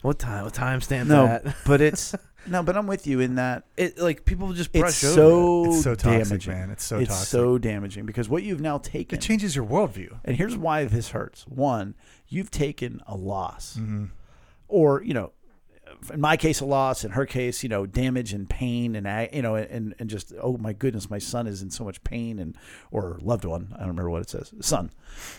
S1: what time? What time stamp
S4: No.
S1: that?
S4: but it's no, but I'm with you in that
S1: It like people just brush
S4: it's
S1: over. it.
S4: so,
S3: it's so toxic
S4: damaging.
S3: man it's so
S4: it's
S3: toxic
S4: so damaging because what you've now taken
S3: it changes your worldview
S4: and here's why this hurts. One, you've taken a loss.
S3: Mhm.
S4: Or, you know, in my case a loss, in her case, you know, damage and pain and I, you know, and and just oh my goodness, my son is in so much pain and or loved one, I don't remember what it says. Son,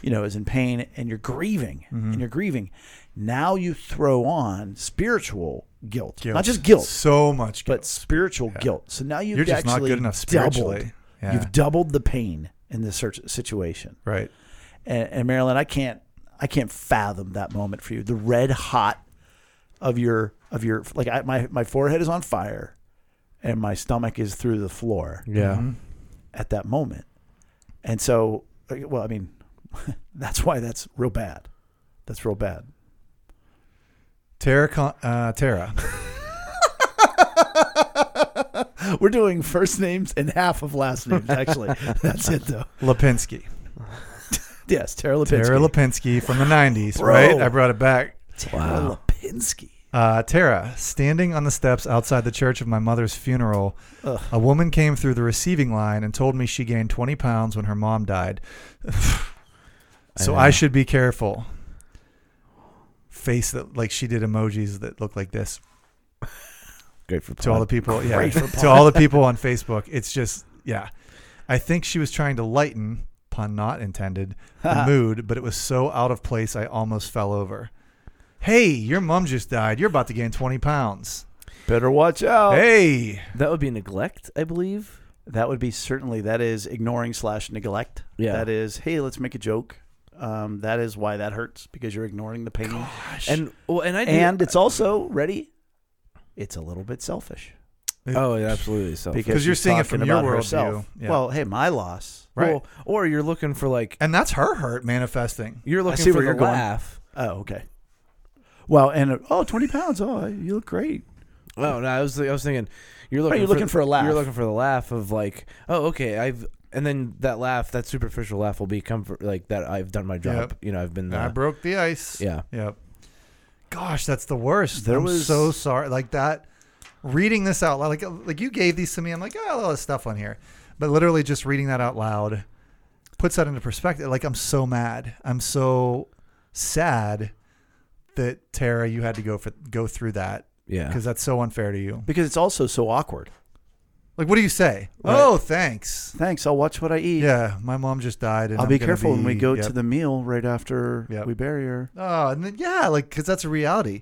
S4: you know, is in pain and you're grieving
S3: Mm-hmm.
S4: and you're grieving. Now you throw on spiritual guilt.
S3: Guilt.
S4: Not just guilt,
S3: So much guilt.
S4: but spiritual guilt. So now you've
S3: You're just not
S4: actually
S3: good enough
S4: doubled.
S3: spiritually. Yeah.
S4: You've doubled the pain in this search- situation.
S3: right.
S4: And, and Marilyn, I can't, I can't fathom that moment for you. The red hot of your, of your, like I, my, my forehead is on fire, and my stomach is through the floor.
S1: yeah.
S4: at that moment. And so, like, well, I mean, that's why that's real bad. That's real bad.
S3: Tara, Con- uh, Tara.
S4: We're doing first names and half of last names, actually. that's it, though.
S3: Lipinski.
S4: Yes, Tara Lipinski.
S3: Tara Lipinski from the 90s,
S4: Bro.
S3: right? I brought it back.
S4: Tara Lipinski.
S3: Uh, Tara, standing on the steps outside the church of my mother's funeral,
S4: Ugh.
S3: a woman came through the receiving line and told me she gained 20 pounds when her mom died. so
S1: know.
S3: I, should be careful. Face that, like she did emojis that look like this
S1: Great for
S3: to all the
S1: pod.
S3: people. Yeah,
S4: Oh, Great for
S3: to all the people on Facebook. It's just, yeah. I think she was trying to lighten, pun not intended, the mood, but it was so out of place I almost fell over. Hey, your mom just died. You're about to gain 20 pounds.
S4: Better watch out.
S3: Hey.
S1: That would be neglect, I believe.
S4: That would be certainly that is ignoring slash neglect.
S1: Yeah.
S4: That is, hey, let's make a joke. Um, that is why that hurts because you're ignoring the pain.
S1: And well, and I do,
S4: and it's also ready. It's a little bit selfish
S1: oh, yeah, absolutely. So
S4: because
S3: Because you're
S4: she's
S3: seeing it
S4: talking
S3: from your
S4: about
S3: worldview.
S4: herself.
S3: Yeah.
S4: Well, hey, my loss.
S3: Right.
S1: Well, or you're looking for like
S3: and that's her hurt manifesting.
S1: you're
S4: see
S1: looking
S4: where
S1: for
S4: you're
S1: the
S4: going.
S1: laugh.
S4: Oh, okay. Well, and uh, oh, 20 pounds. Oh, you look great.
S1: Oh no, I was I was thinking you're looking
S4: you're
S1: for,
S4: looking for a laugh.
S1: You're looking for the laugh of like, oh okay, I've and then that laugh, that superficial laugh will be comfort like that I've done my job.
S3: Yep.
S1: You know, I've been
S3: I
S1: the,
S3: broke the ice.
S1: yeah.
S3: Yep. Gosh, that's the worst.
S4: There
S3: I'm
S4: was-
S3: so sorry. Like that. Reading this out loud, like uh, like you gave these to me. I'm like, oh, all this stuff on here, but literally just reading that out loud puts that into perspective. Like I'm so mad. I'm so sad that Tara, you had to go for go through that
S1: Yeah.
S3: because that's so unfair to you.
S4: Because it's also so awkward.
S3: Like, what do you say? Oh, thanks.
S4: Thanks. I'll watch what I eat.
S3: Yeah, my mom just died. And
S4: I'll
S3: I'm
S4: be
S3: gonna
S4: careful when we
S3: be-
S4: go
S3: yep.
S4: to the meal right after
S3: Yep.
S4: we bury her.
S3: Oh, and then, yeah, like because that's a reality.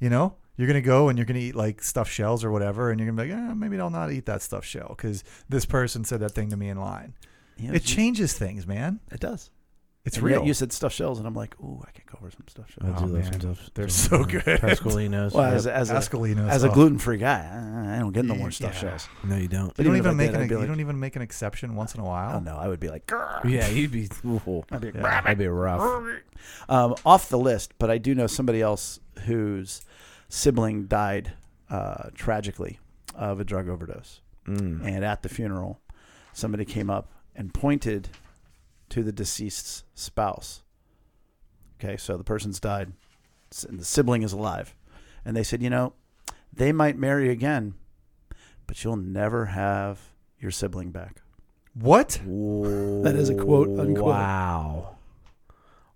S3: You know, you're gonna go and you're gonna eat like stuffed shells or whatever, and you're gonna be like, eh, maybe I'll not eat that stuffed shell because this person said that thing to me in line.
S4: Yeah,
S3: It changes things, man.
S4: It does.
S3: It's
S4: And yet
S3: real.
S4: you said stuffed shells, and I'm like, ooh, I could go over some stuffed shells.
S1: I do
S3: Oh,
S1: love
S3: man.
S1: some stuff.
S3: They're
S1: some,
S3: so
S1: uh,
S3: good.
S1: Pasqualinos.
S4: Well,
S1: Yep.
S4: as, as a,
S3: Pascalino
S4: as a
S3: sauce.
S4: gluten free guy, I I don't get no more stuffed
S3: Yeah.
S4: shells.
S1: no, you don't.
S3: You don't
S4: even if
S3: even
S4: I
S3: make
S4: did,
S3: an
S4: I'd be
S3: you
S4: like- Oh,
S3: don't even make an exception once in a
S4: I
S3: while.
S4: don't know. I would be like, "Grr."
S1: Yeah, you'd be. ooh,
S4: I'd be like,
S1: yeah, that'd be rough.
S4: um, off the list, but I do know somebody else whose sibling died uh, tragically of a drug overdose.
S1: Mm.
S4: And at the funeral, somebody came up and pointed to the deceased's spouse. Okay, so the person's died s- and the sibling is alive. And they said, you know, they might marry again, but you'll never have your sibling back.
S3: What?
S4: That is a quote, unquote.
S1: Wow.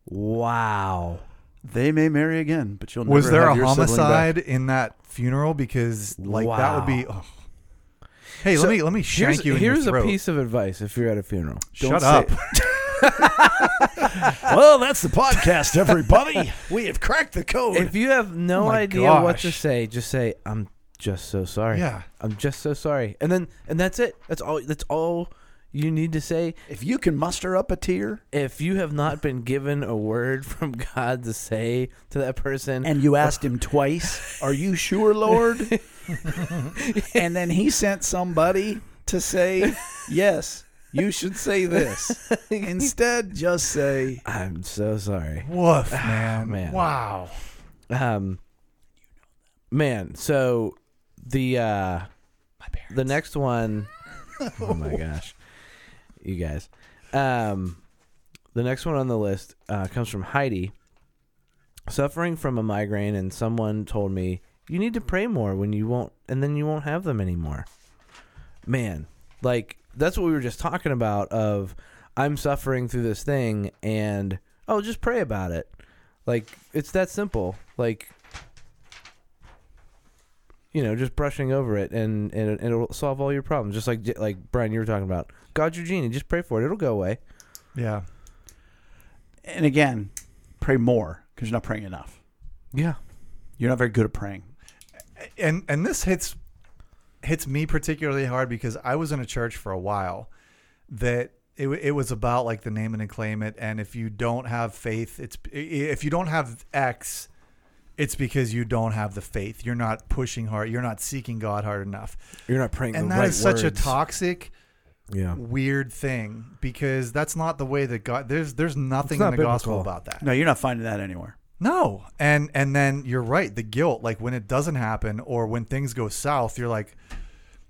S1: Wow.
S4: They may marry again, but you'll never
S3: Was there a
S4: have your sibling back.
S3: homicide in that funeral? Because like that would be. oh. Hey,
S1: So,
S3: let me let me shank
S1: here's
S3: you in
S1: here's
S3: your
S1: a
S3: throat.
S1: piece of advice if you're at a funeral.
S3: Shut up.
S4: Don't
S3: Ah.
S4: Well, that's the podcast, everybody. we have cracked the code.
S1: If you have no
S3: Oh my
S1: idea what to
S3: gosh.
S1: say, just say I'm just so sorry.
S3: Yeah.
S1: I'm just so sorry. And then and that's it. That's all that's all you need to say.
S4: if you can muster up a tear
S1: If you have not been given a word from God to say to that person,
S4: and you asked him twice, Are you sure, Lord? and then he sent somebody to say, Yes, you should say this. Instead, just say,
S1: I'm so sorry.
S3: Woof, man.
S1: Ah, man.
S3: Wow.
S1: Um man, so the uh the next one Oh my gosh. You guys. Um the next one on the list uh, comes from Heidi. Suffering from a migraine and someone told me you need to pray more when you won't and then you won't have them anymore. Man, like that's what we were just talking about of I'm suffering through this thing and oh just pray about it. Like it's that simple. Like you know, just brushing over it and, and and it'll solve all your problems. Just like like Brian, you were talking about God's your genie. Just pray for it; it'll go away.
S3: Yeah.
S4: and again, pray more because you're not praying enough.
S1: Yeah,
S4: You're not very good at praying.
S3: and and this hits hits me particularly hard because I was in a church for a while that it, wa- it was about like the name it and claim it and if you don't have faith it's i- i- if you don't have X it's because you don't have the faith you're not pushing hard you're not seeking God hard enough
S1: you're not praying.
S3: and
S1: the
S3: that
S1: right
S3: is such a
S1: words.
S3: toxic
S1: Yeah.
S3: weird thing because that's not the way that God there's there's nothing
S1: not
S3: in the gospel
S1: biblical.
S3: about that.
S4: No, you're not finding that anywhere.
S3: No. And and then you're right, the guilt like when it doesn't happen or when things go south, you're like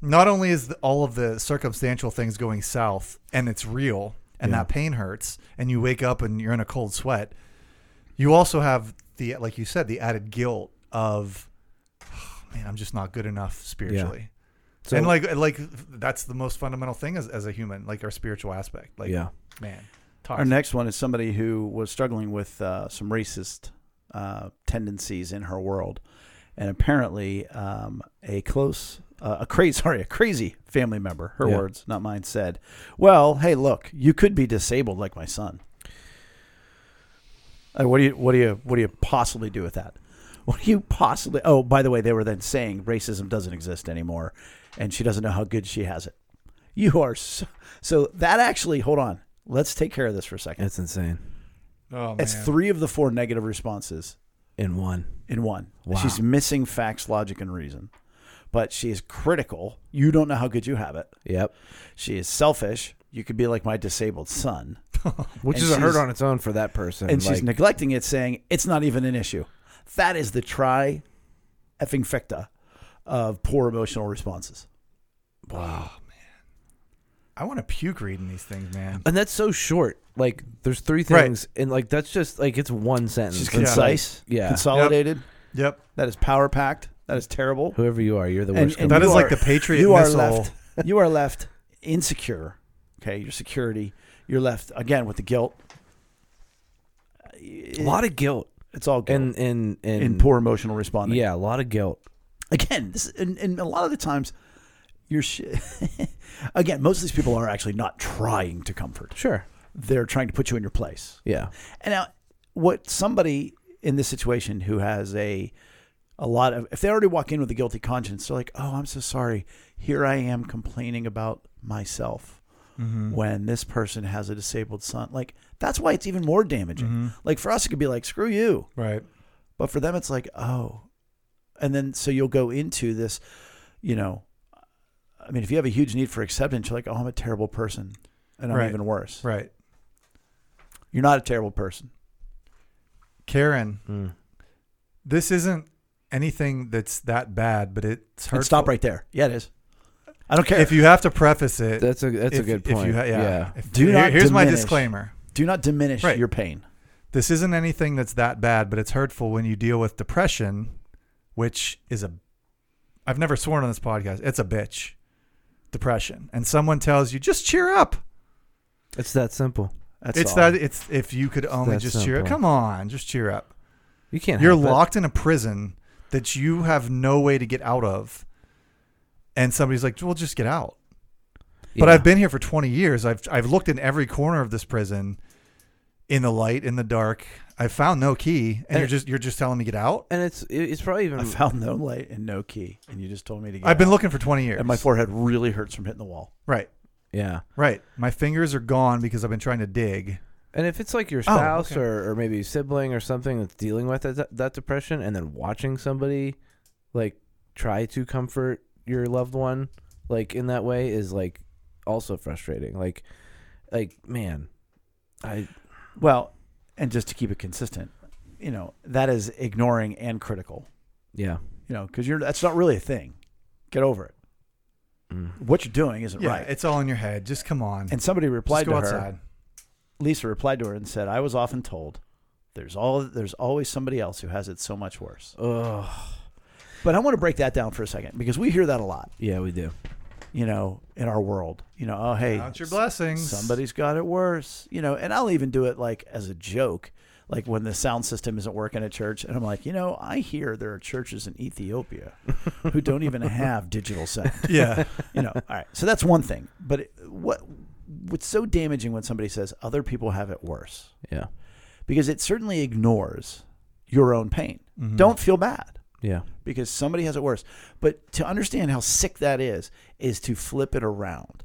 S3: not only is the, all of the circumstantial things going south and it's real and
S1: Yeah.
S3: that pain hurts and you wake up and you're in a cold sweat, you also have the like you said the added guilt of man, I'm just not good enough spiritually.
S1: So,
S3: and like like that's the most fundamental thing as, as a human, like our spiritual aspect. Like
S1: yeah,
S3: man.
S4: Our next one is somebody who was struggling with uh, some racist uh, tendencies in her world, and apparently um, a close, uh, a crazy, sorry, a crazy family member. Her
S1: Yeah.
S4: words, not mine, said, "Well, hey, look, you could be disabled like my son. Uh, what do you, what do you, what do you possibly do with that? What do you possibly? Oh, by the way, they were then saying racism doesn't exist anymore, and she doesn't know how good she has it. You are so, so that actually. Hold on." Let's take care of this for a second.
S1: that's insane.
S3: Oh,
S4: It's
S3: man.
S4: three of the four negative responses
S1: In one,
S4: in one.
S1: Wow.
S4: She's missing facts, logic, and reason. But she is critical. You don't know how good you have it.
S1: yep,
S4: She is selfish. You could be like my disabled son.
S1: which
S4: And
S1: is a hurt
S4: she's-
S1: on its own for that person.
S4: And, she's
S1: like,
S4: neglecting it, saying it's not even an issue. That is the try effing ficta of poor emotional responses.
S1: wow,
S3: I want to puke reading these things, man.
S1: and that's so short. Like, there's three
S3: Right.
S1: things, and like that's just like it's one sentence.
S4: She's
S1: It's like,
S4: concise,
S1: yeah.
S4: consolidated.
S3: Yep.
S4: That is power packed. That is terrible.
S1: whoever you are, you're the
S4: And-
S1: worst. company.
S4: and
S3: That is
S4: you
S3: like
S4: are-
S3: the Patriot
S4: you are
S3: missile.
S4: left you are left insecure. Okay, your security. You're left again with the guilt. Uh,
S1: a lot of guilt
S4: It's all guilt.
S1: and and and
S4: in poor emotional responding.
S1: Yeah, a lot of guilt.
S4: Again, this and, and a lot of the times, you're sh- again. Most of these people are actually not trying to comfort.
S1: Sure.
S4: They're trying to put you in your place.
S1: Yeah.
S4: And now, what somebody in this situation who has a a lot of if they already walk in with a guilty conscience, they're like, "Oh, I'm so sorry. Here I am complaining about myself
S3: Mm-hmm.
S4: when this person has a disabled son." Like that's why it's even more damaging.
S3: Mm-hmm.
S4: Like for us, it could be like, "Screw you,"
S3: Right.
S4: but for them, it's like, "Oh," and then so you'll go into this, you know. I mean, if you have a huge need for acceptance, you're like, "Oh, I'm a terrible person, and I'm
S3: Right.
S4: even worse."
S3: Right.
S4: You're not a terrible person.
S3: Karen,
S1: Mm.
S3: this isn't anything that's that bad, but it's hurtful.
S4: And stop right there. Yeah, it is. I don't care.
S3: If you have to preface it,
S1: That's a that's
S3: if,
S1: a good
S3: if
S1: point.
S3: you ha- yeah.
S1: yeah.
S3: If-
S4: Do
S3: here-
S4: not
S3: here's my
S4: diminish.
S3: disclaimer.
S4: Do not diminish
S3: Right.
S4: your pain.
S3: This isn't anything that's that bad, but it's hurtful when you deal with depression, which is a. I've never sworn on this podcast. It's a bitch. Depression, and someone tells you just cheer up.
S1: It's that simple.
S4: That's
S3: it's
S4: all.
S3: that. It's if you could only
S1: that
S3: just cheer up.
S1: simple.
S3: Come on, just cheer up.
S1: You can't.
S3: You're
S1: help it.
S3: locked in a prison that you have no way to get out of. And somebody's like, "Well, just get out."
S1: Yeah.
S3: But I've been here for 20 years. I've I've looked in every corner of this prison in the light, in the dark. I've found no key, and,
S1: And-
S3: you're just you're just telling me get out?
S1: and it's it- it's probably even
S4: I found no light and no key, and you just told me to. Get
S3: I've been
S4: out.
S3: looking for 20 years.
S4: and my forehead really hurts from hitting the wall.
S3: right.
S1: yeah.
S3: Right. My fingers are gone because I've been trying to dig.
S1: And if it's like your
S3: Oh,
S1: spouse
S3: okay.
S1: or, or maybe sibling or something that's dealing with that, that depression, and then watching somebody like try to comfort your loved one like in that way is like also frustrating. Like, like man, I
S4: Well, and just to keep it consistent, you know that is ignoring and critical.
S1: yeah.
S4: You know, because you're that's not really a thing. Get over it.
S1: Mm.
S4: What you're doing isn't
S3: Yeah,
S4: right.
S3: it's all in your head. Just come on.
S4: And somebody
S3: just
S4: replied
S3: go
S4: to her.
S3: outside.
S4: Lisa replied to her and said, "I was often told." There's all there's always somebody else who has it so much worse.
S1: Ugh.
S4: But I want to break that down for a second because we hear that a lot,
S1: Yeah, we do.
S4: you know, in our world. You know, oh hey,
S3: Count your blessings.
S4: somebody's got it worse you know and i'll even do it like as a joke like when the sound system isn't working at church and i'm like you know i hear there are churches in ethiopia who don't even have digital sound
S3: Yeah.
S4: you know all right so that's one thing but it, what what's so damaging when somebody says other people have it worse
S1: Yeah,
S4: because it certainly ignores your own pain
S3: Mm-hmm.
S4: don't feel bad
S1: yeah,
S4: because somebody has it worse. But to understand how sick that is, is to flip it around.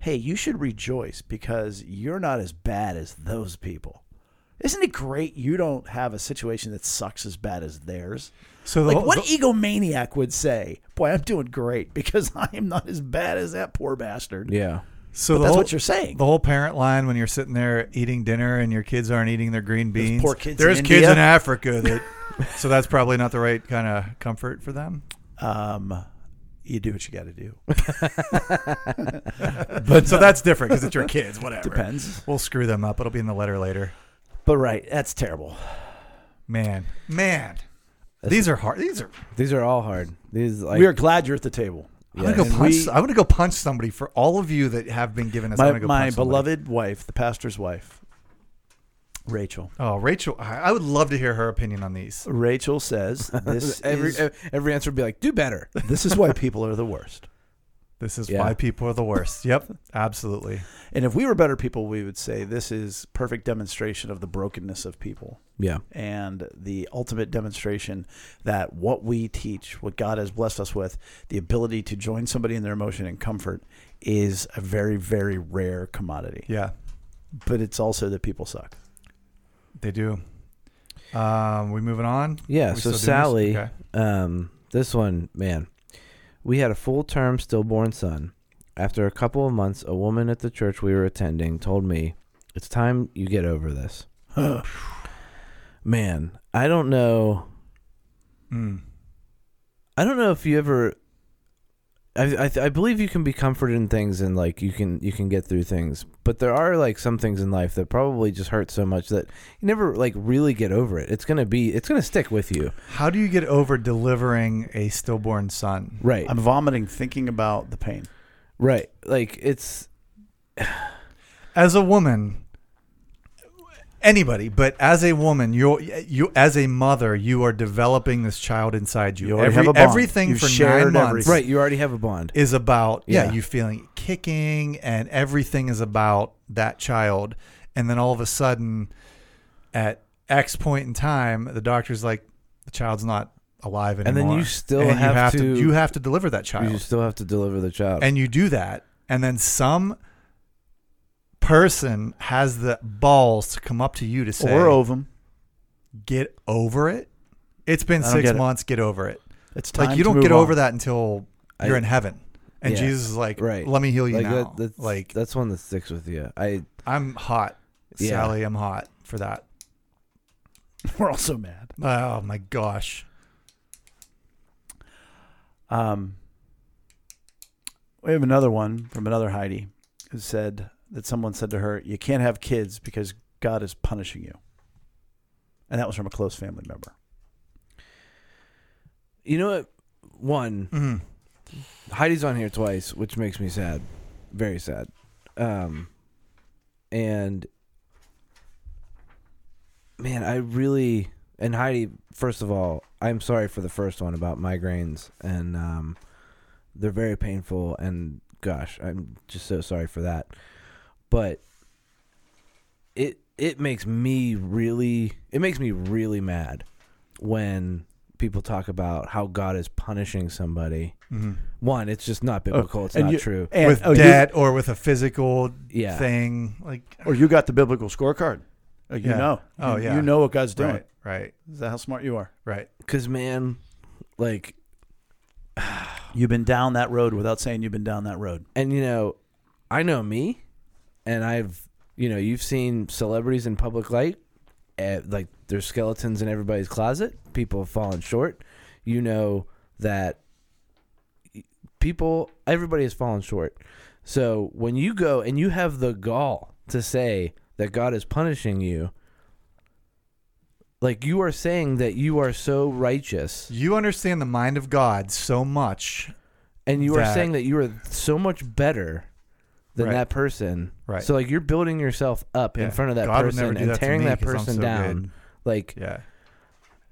S4: Hey, you should rejoice because you're not as bad as those people. Isn't it great you don't have a situation that sucks as bad as theirs?
S3: So the
S4: Like,
S3: whole-
S4: what
S3: the-
S4: egomaniac would say, Boy, I'm doing great because I am not as bad as that poor bastard.
S1: yeah.
S3: So
S4: But
S3: the
S4: that's
S3: whole,
S4: what you're saying.
S3: The whole parent line when you're sitting there eating dinner and your kids aren't eating their green
S4: Those
S3: beans.
S4: poor kids in
S3: There's kids
S4: India.
S3: in Africa that. so that's probably not the right kind of comfort for them.
S4: Um, you do what you got to do.
S3: But so that's different because it's your kids. Whatever.
S4: Depends.
S3: We'll screw them up. It'll be in the letter later.
S4: But right, that's terrible.
S3: Man, man, these are hard. These are.
S1: These are all hard. These like
S4: we are glad you're at the table.
S3: I'm gonna
S4: Yes.
S3: go
S4: And
S3: punch.
S4: we-
S3: I'm gonna go punch somebody for all of you that have been given us. I'm
S4: My,
S3: gonna go
S4: my
S3: punch somebody.
S4: beloved wife, the pastor's wife, Rachel.
S3: Oh, Rachel, I I would love to hear her opinion on these.
S4: Rachel says this
S1: every
S4: is
S1: every answer would be like, do better.
S4: this is why people are the worst.
S3: This is
S1: Yeah.
S3: why people are the worst. Yep, absolutely.
S4: And if we were better people, we would say this is perfect demonstration of the brokenness of people
S1: Yeah.
S4: and the ultimate demonstration that what we teach, what God has blessed us with, the ability to join somebody in their emotion and comfort is a very very rare commodity.
S3: Yeah,
S4: But it's also that people suck.
S3: they do. Um, we moving on.
S1: Yeah.
S3: We
S1: so
S3: still doing this?
S1: Sally,
S3: Okay.
S1: um, this one, man, we had a full term stillborn son. After a couple of months, a woman at the church we were attending told me, "It's time you get over this." Man, I don't know.
S3: Mm.
S1: I don't know if you ever. I, I I believe you can be comforted in things and like you can you can get through things, but there are like some things in life that probably just hurt so much that you never like really get over it. It's gonna be it's gonna stick with you,
S3: How do you get over delivering a stillborn son?
S1: right?
S4: I'm vomiting thinking about the pain.
S1: Um, right. Like it's
S3: As a woman, anybody, but as a woman, you you as a mother, you are developing this child inside you.
S4: You already have a bond.
S3: everything
S4: You've
S3: for nine
S4: shared
S3: months,
S4: everything.
S1: right. You already have a bond.
S3: is about yeah,
S1: Yeah.
S3: you feeling kicking and everything is about that child and then all of a sudden at x point in time the doctor's like the child's not alive
S1: then
S3: anymore
S1: you still
S3: And
S1: have to-
S3: you have to deliver that
S1: You
S3: child
S1: just still have to deliver the child.
S3: and you do that and then some person has the balls to come up to you to say
S4: Or ovum.
S3: get over it it's been
S4: I don't
S3: 6
S4: get it.
S3: months get over it
S4: It's time
S3: like you
S4: to
S3: don't
S4: move
S3: get
S4: on.
S3: over that until
S1: I-
S3: you're in heaven and
S1: Yeah.
S3: jesus is like
S1: Right.
S3: let me heal you
S1: like
S3: now
S1: that, that's
S3: like
S1: that's one that sticks with you. I
S3: i'm hot
S1: Yeah.
S3: sally i'm hot for that
S4: We're all so mad.
S3: oh my gosh
S4: Um, we have another one from another Heidi who said that someone said to her, "You can't have kids because God is punishing you," and that was from a close family member.
S1: you know what one
S3: Mm.
S1: Heidi's on here twice, which makes me sad, very sad. Um, and man, I really and Heidi. First of all, I'm sorry for the first one about migraines, and um, they're very painful. And gosh, I'm just so sorry for that. But it it makes me really it makes me really mad when people talk about how God is punishing somebody
S3: Mhm.
S1: one, it's just not biblical. it's
S4: and
S1: not
S4: you-
S1: true.
S4: And,
S3: with
S4: oh, you-
S3: debt or with a physical
S1: Yeah.
S3: thing like
S4: or you got the biblical scorecard. Oh, you
S3: Yeah.
S4: know,
S3: Oh,
S4: You-
S3: yeah.
S4: you know what God's doing.
S3: right right
S4: Is that how smart you are?
S3: right
S1: Because, man, like,
S4: You've been down that road without saying you've been down that road.
S1: and, you know, I know me, and I've, you know, you've seen celebrities in public light, eh, like, there's skeletons in everybody's closet. People have fallen short. You know that people, everybody has fallen short. So when you go and you have the gall to say that God is punishing you, like you are saying that you are so righteous
S3: you understand the mind of god so much
S1: and you are
S3: that-
S1: saying that you are so much better than
S3: Right.
S1: that person.
S3: Right.
S1: So like you're building yourself up
S3: Yeah.
S1: in front of that
S3: God would never
S1: person
S3: do
S1: and
S3: that to
S1: tearing
S3: me
S1: that
S3: 'cause I'm
S1: person
S3: so
S1: down.
S3: good.
S1: Like
S3: yeah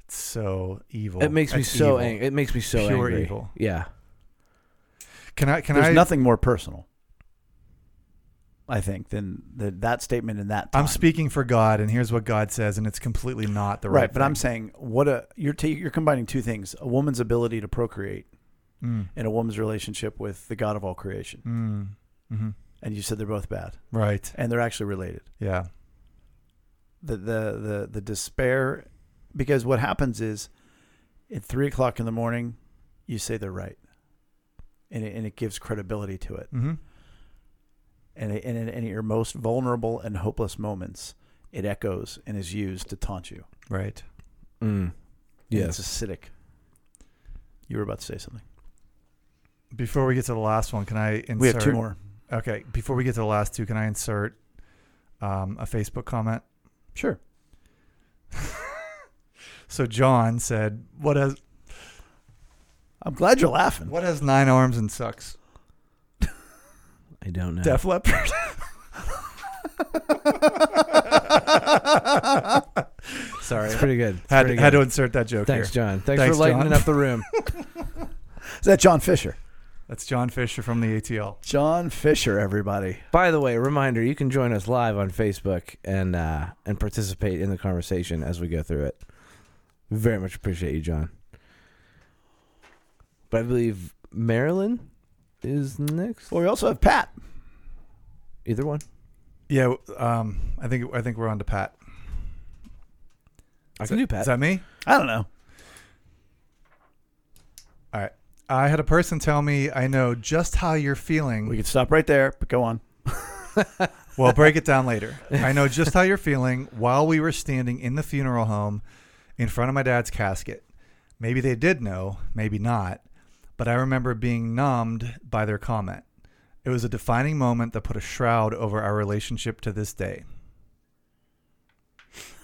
S3: it's so evil
S1: it makes me
S3: That's
S1: so
S3: evil.
S1: angry. It makes me so
S3: Pure
S1: angry.
S3: evil.
S1: Yeah.
S3: can i can
S4: There's
S3: i
S4: nothing more personal, I think, than the, that statement in that. Time.
S3: i'm speaking for god and here's what god says and it's completely not the right,
S4: right, but i'm
S3: thing.
S4: saying what a you're ta- you're combining two things a woman's ability to procreate
S3: Mm.
S4: and a woman's relationship with the god of all creation
S3: Mm. Mhm.
S4: and you said they're both bad
S3: right
S4: and they're actually related
S3: yeah
S4: the the the, the despair because what happens is at three o'clock in the morning you say they're right and it, and it gives credibility to it
S3: mm-hmm.
S4: and, and in, in your most vulnerable and hopeless moments, it echoes and is used to taunt you.
S3: Right.
S1: Mm.
S4: And
S1: Yes.
S4: It's acidic. You were about to say something.
S3: Before we get to the last one, can I insert?
S4: We have two more.
S3: Okay. Before we get to the last two, can I insert um, a Facebook comment?
S4: Sure.
S3: So John said, "What has
S4: I'm glad you're laughing.
S3: what has nine arms and sucks?"
S1: I don't know.
S4: Def Leppard.
S3: Sorry,
S1: It's pretty good. It's
S3: had
S1: pretty
S3: to,
S1: good.
S3: had to insert that joke
S1: Thanks,
S3: here.
S1: John. Thanks,
S3: Thanks,
S1: for lightening
S3: John.
S1: up the room.
S4: Is that John Fisher?
S3: That's John Fisher from the ATL.
S4: John Fisher, everybody.
S1: By the way, reminder: you can join us live on Facebook and uh, and participate in the conversation as we go through it. Very much appreciate you, John. But I believe Marilyn is next.
S4: Well, we also have Pat.
S1: Either one.
S3: Yeah, um, I think I think we're on to Pat.
S1: I can do Pat.
S3: Is that me?
S4: I don't know.
S3: I had a person tell me I know just how you're feeling.
S4: We could stop right there, but go on.
S3: Well, break it down later. I know just how you're feeling while we were standing in the funeral home in front of my dad's casket. Maybe they did know, maybe not, but I remember being numbed by their comment. It was a defining moment that put a shroud over our relationship to this day.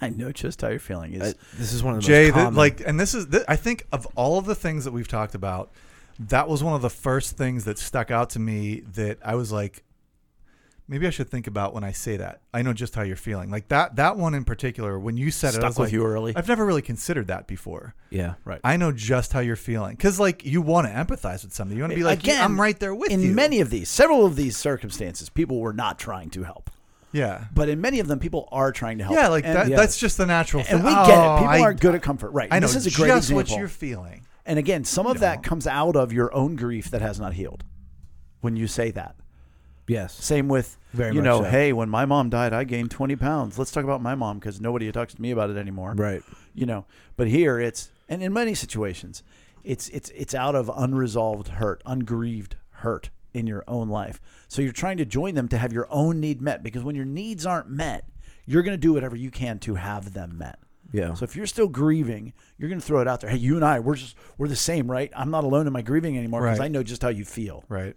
S4: I know just how you're feeling. Is
S1: I- this is one of the
S3: Jay,
S1: most
S3: that,
S1: common.
S3: like, and this is, th- I think of all of the things that we've talked about, that was one of the first things that stuck out to me that I was like, maybe I should think about when I say that. I know just how you're feeling. Like that, that one in particular, when you said it, I
S4: stuck
S3: was
S4: with
S3: like,
S4: you early?
S3: I've never really considered that before.
S1: yeah.
S3: I know just how you're feeling. Cause like you want to empathize with somebody. You want to be like,
S4: Again,
S3: I'm right there with
S4: in
S3: you.
S4: many of these, several of these circumstances, people were not trying to help.
S3: yeah.
S4: But in many of them, people are trying to help.
S3: Yeah. Like
S4: and,
S3: that,
S1: yeah.
S3: that's just the natural thing.
S4: And we get
S3: Oh,
S4: it. People
S3: I,
S4: aren't good at comfort. Right.
S3: I know
S4: this is a great
S3: just
S4: example.
S3: what you're feeling.
S4: and again, some of that comes out of your own grief that has not healed when you say that.
S1: Yes.
S4: Same with,
S1: Very
S4: you
S1: much
S4: know,
S1: so.
S4: hey, when my mom died, I gained 20 pounds. Let's talk about my mom because nobody talks to me about it anymore.
S1: Right.
S4: you know but here it's and in many situations it's it's it's out of unresolved hurt ungrieved hurt in your own life so you're trying to join them to have your own need met because when your needs aren't met you're going to do whatever you can to have them met
S1: Yeah.
S4: so if you're still grieving you're going to throw it out there hey you and i we're just we're the same right i'm not alone in my grieving anymore because
S3: Right.
S4: i know just how you feel
S3: Right.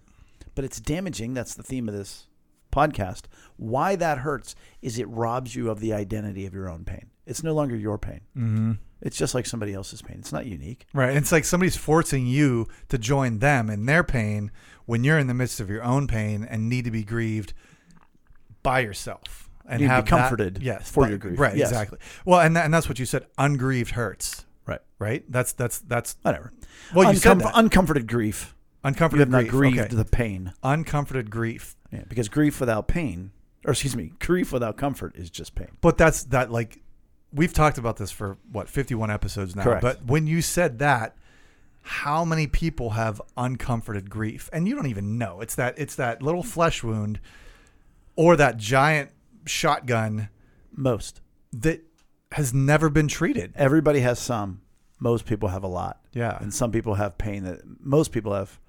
S4: but it's damaging. That's the theme of this podcast. Why that hurts is it robs you of the identity of your own pain. It's no longer your pain.
S3: Mm.
S4: Mm-hmm. It's just like somebody else's pain. It's not unique.
S3: Right. It's like somebody's forcing you to join them in their pain when you're in the midst of your own pain and need to be grieved by yourself and
S4: Need to be
S3: have that-
S4: comforted
S3: yes,
S4: for
S3: that-
S4: your grief.
S3: Right.
S4: Yes.
S3: Exactly. Well, and that, and that's what you said. Ungrieved hurts.
S4: Right.
S3: Right. That's that's that's
S4: Whatever.
S3: Well, you said that.
S4: uncomforted grief. You
S3: uncomforted
S4: have not
S3: grief.
S4: grieved
S3: Okay.
S4: the pain.
S3: Uncomforted grief.
S4: Yeah, because grief without pain, or excuse me, grief without comfort is just pain.
S3: But that's that like we've talked about this for what 51 episodes now.
S4: Correct.
S3: But when you said that how many people have uncomforted grief and you don't even know. It's that it's that little flesh wound or that giant shotgun
S4: Most.
S3: that has never been treated.
S4: Everybody has some. Most people have a lot.
S3: Yeah.
S4: And some people have pain that most people have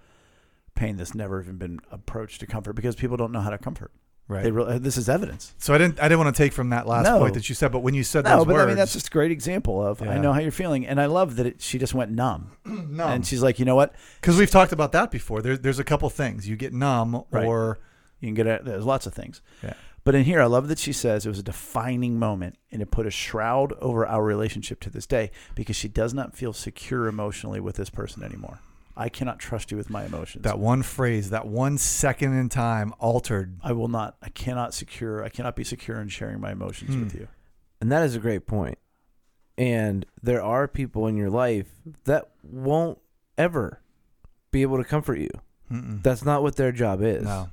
S4: pain that's never even been approached to comfort because people don't know how to comfort.
S3: Right.
S4: They really, this is evidence.
S3: so I didn't I didn't want to take from that last
S4: No.
S3: point that you said but when you said
S4: No,
S3: those
S4: but
S3: words
S4: I mean that's just a great example of I
S3: Yeah.
S4: know how you're feeling, and I love that it, she just went numb. and she's like, you know what?
S3: cuz we've talked about that before. There, there's a couple things. You get numb
S4: Right.
S3: or
S4: You can get it. There's lots of things,
S3: Yeah.
S4: but in here, I love that she says it was a defining moment, and it put a shroud over our relationship to this day because she does not feel secure emotionally with this person anymore. I cannot trust you with my emotions.
S3: that one phrase, that one second in time altered
S4: I will not. I cannot secure. I cannot be secure in sharing my emotions
S3: Hmm.
S4: with you.
S1: And that is a great point. And there are people in your life that won't ever be able to comfort you. That's not what their job is.
S3: No.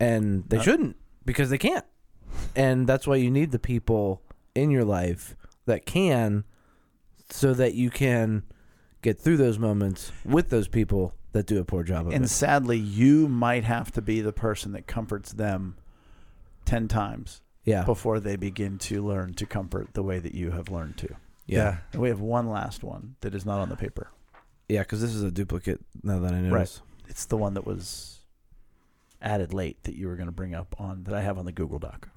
S1: And they
S3: Uh.
S4: No.
S1: shouldn't because they can't. And that's why you need the people in your life that can so that you can get through those moments with those people that do a poor job of
S4: And
S1: it.
S4: sadly, you might have to be the person that comforts them ten times
S1: Yeah.
S4: before they begin to learn to comfort the way that you have learned to.
S1: Yeah.
S4: And we have one last one that is not on the paper.
S1: Yeah, cuz this is a duplicate now that I notice.
S4: It's the one that was added late that you were going to bring up on that I have on the Google Doc.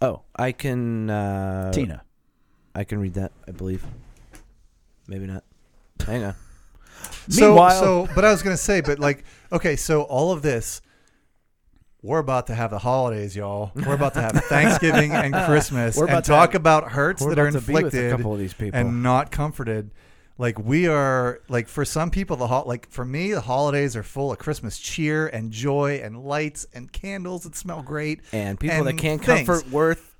S1: Oh, I can. Uh,
S4: Tina.
S1: I can read that. I believe. Maybe not. Hang on.
S3: So,
S4: Meanwhile-
S3: so, but I was gonna say, but like, okay, so all of this, we're about to have the holidays, y'all. We're about to have Thanksgiving and Christmas,
S4: We're about
S3: and
S4: to
S3: talk about hurts
S1: We're
S3: that are
S1: about to be with a
S3: inflicted
S1: couple of these people.
S3: and not comforted. Like we are, like for some people, the hot, like for me, the holidays are full of Christmas cheer and joy and lights and candles that smell great
S1: and people that
S3: and
S1: can't
S3: things.
S1: comfort worth.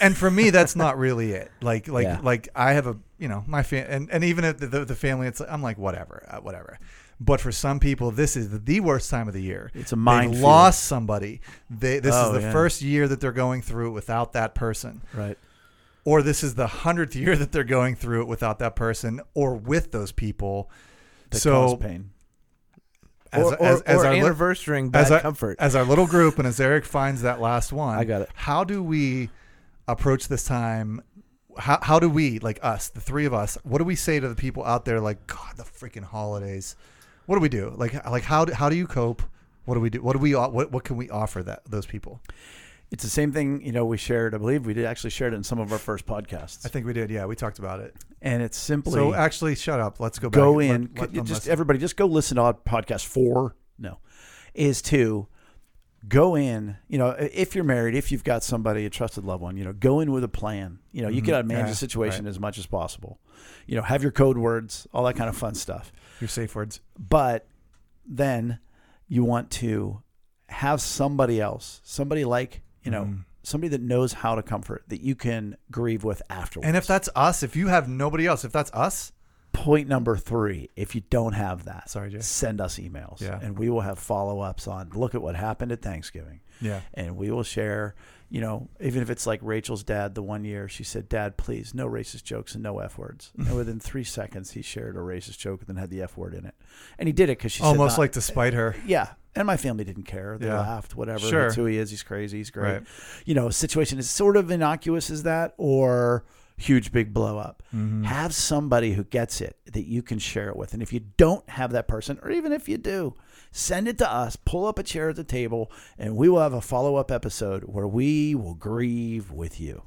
S3: and for me that's not really it like like
S1: Yeah.
S3: like i have a you know my fam and, and even at the, the, the family it's like i'm like whatever uh, whatever but for some people this is the worst time of the year
S4: It's a
S3: they
S4: minefield.
S3: lost somebody they this
S4: Oh,
S3: is the
S4: yeah.
S3: first year that they're going through it without that person
S4: Right.
S3: or this is the hundredth year that they're going through it without that person or with those people
S4: That
S3: so
S4: caused pain.
S3: as,
S1: or or,
S3: as, as
S1: or
S3: our li-
S1: anniversarying
S3: as
S1: bad
S3: our-
S1: comfort.
S3: as our little group and as Eric finds that last one,
S1: I got it.
S3: How do we approach this time? How, how do we, like us, the three of us, what do we say to the people out there like, God, the freaking holidays? What do we do? Like, like how do, how do you cope? What do we do? What do we, what, what can we offer that those people?
S4: It's the same thing, you know, we shared, I believe we did actually shared it in some of our first podcasts.
S3: I think we did. Yeah. We talked about it.
S4: and it's simply
S3: So actually shut up. Let's go back. and
S4: go
S3: let-
S4: in.
S3: let
S4: could-
S3: them
S4: just
S3: listen.
S4: everybody, just go listen to our podcast four. No, is to go in. You know, i- if you're married, if you've got somebody, a trusted loved one, you know, go in with a plan. You know, you got to manage
S3: Mm-hmm. Yeah,
S4: the situation as much as possible. You know, have your code words, all that kind of fun stuff.
S3: your safe words.
S4: But then you want to have somebody else, somebody like you know.
S3: Mm-hmm.
S4: Somebody that knows how to comfort, that you can grieve with afterwards.
S3: And if that's us, if you have nobody else, if that's us,
S4: point number three if you don't have that
S3: Sorry, Jay.
S4: send us emails
S3: Yeah.
S4: and we will have follow-ups on look at what happened at thanksgiving
S3: yeah,
S4: and we will share you know even if it's like rachel's dad the one year she said dad please no racist jokes and no f words and within three seconds he shared a racist joke and then had the f word in it and he did it because she
S3: almost
S4: said not-
S3: like to spite her.
S4: yeah. And my family didn't care. They
S3: Yeah.
S4: laughed, whatever.
S3: Sure.
S4: That's who he is. He's crazy. He's great.
S3: Right.
S4: You know, a situation is sort of innocuous as that or huge, big blow up.
S3: Mm-hmm.
S4: Have somebody who gets it that you can share it with. And if you don't have that person, or even if you do, send it to us, pull up a chair at the table, and we will have a follow up episode where we will grieve with you.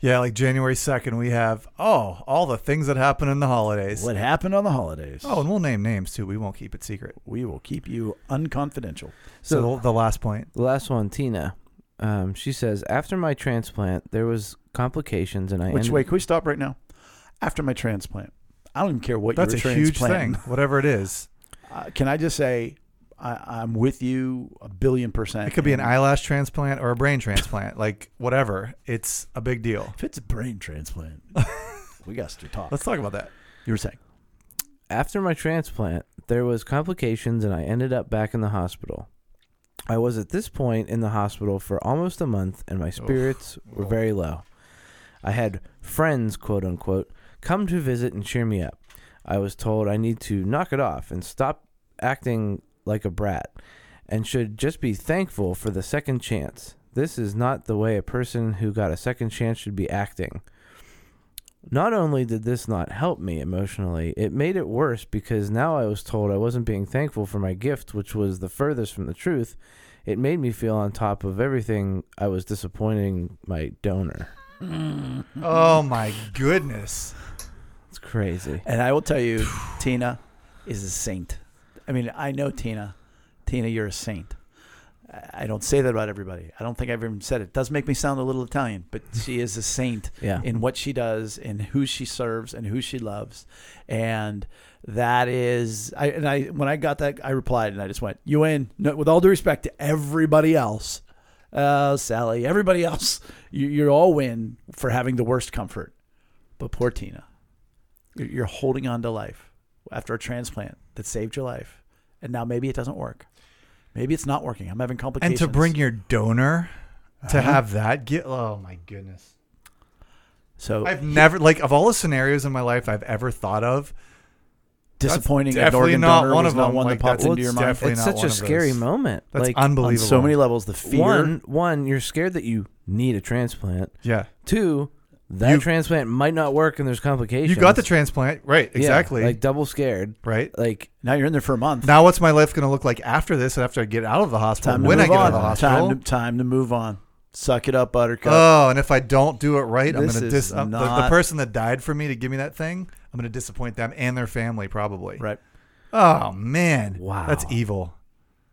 S3: Yeah, like January 2nd, we have, oh, all the things that happen in the holidays.
S4: What happened on the holidays?
S3: Oh, and we'll name names too. We won't keep it secret.
S4: We will keep you unconfidential.
S3: So, the, the last point.
S1: The last one, Tina. Um, she says, after my transplant, there was complications, and I
S4: Which
S1: ended-
S4: way? Can we stop right now? After my transplant, I don't even care what
S3: That's a
S4: you were
S3: huge
S4: transplanting.
S3: thing, whatever it is.
S4: Uh, can I just say, I, I'm with you a billion percent.
S3: It could be an
S4: And
S3: eyelash transplant or a brain transplant, like whatever. It's a big deal.
S4: If it's a brain transplant, we got to talk.
S3: Let's talk about that.
S4: You were saying
S1: After my transplant, there was complications, and I ended up back in the hospital. I was at this point in the hospital for almost a month, and my spirits were
S3: Oh.
S1: very low. I had friends, quote unquote, come to visit and cheer me up. I was told I need to knock it off and stop acting like a brat, and should just be thankful for the second chance. This is not the way a person who got a second chance should be acting. Not only did this not help me emotionally, it made it worse because now I was told I wasn't being thankful for my gift, which was the furthest from the truth. It made me feel on top of everything I was disappointing my donor.
S3: Oh my goodness.
S1: It's crazy.
S4: And I will tell you, Tina is a saint. I mean, I know Tina. Tina, you're a saint. I- I don't say that about everybody. I don't think I've even said it. Does make me sound a little Italian, but she is a saint.
S1: Yeah.
S4: in what she does and who she serves and who she loves and that is i and i when i got that i replied and i just went you win no, with all due respect to everybody else uh, sally everybody else you, you're all win for having the worst comfort but poor tina you're, you're holding on to life after a transplant that saved your life and now maybe it doesn't work maybe it's not working i'm having
S3: And
S4: complications
S3: to bring your donor to have that get oh my goodness.
S4: so
S3: I've never like of all the scenarios in my life I've ever thought of,
S4: disappointing
S3: that's
S4: an organ
S3: definitely not
S4: donor
S3: one
S4: was
S3: of
S4: not
S3: them.
S4: one
S3: Like,
S4: that popped
S3: that's-
S4: into your
S3: it's
S4: mind
S3: definitely
S1: it's
S3: not
S1: such
S3: one
S1: a
S3: of
S1: scary
S3: those.
S1: moment.
S3: that's
S1: like
S3: unbelievable.
S4: on so many levels the fear
S1: one, one, you're scared that you need a transplant.
S3: Yeah.
S1: Two, that
S3: You-
S1: transplant might not work and there's complications.
S3: You got the transplant, right?
S1: Yeah,
S3: Exactly.
S1: like double scared.
S3: right.
S1: Like
S4: Now you're in there for a month.
S3: Now, what's my life going to look like after this? After I get out of the hospital?
S4: time to
S3: when I
S4: move
S3: get out
S4: on.
S3: of the hospital?
S4: time, to, time to move on. Suck it up, Buttercup.
S3: Oh, and if I don't do it right, I'm
S4: This
S3: going to
S4: is
S3: dis- uh, the, the
S4: not-
S3: person that died for me to give me that thing. I'm going to disappoint them and their family probably.
S4: right.
S3: Oh man,
S1: Wow.
S3: that's evil.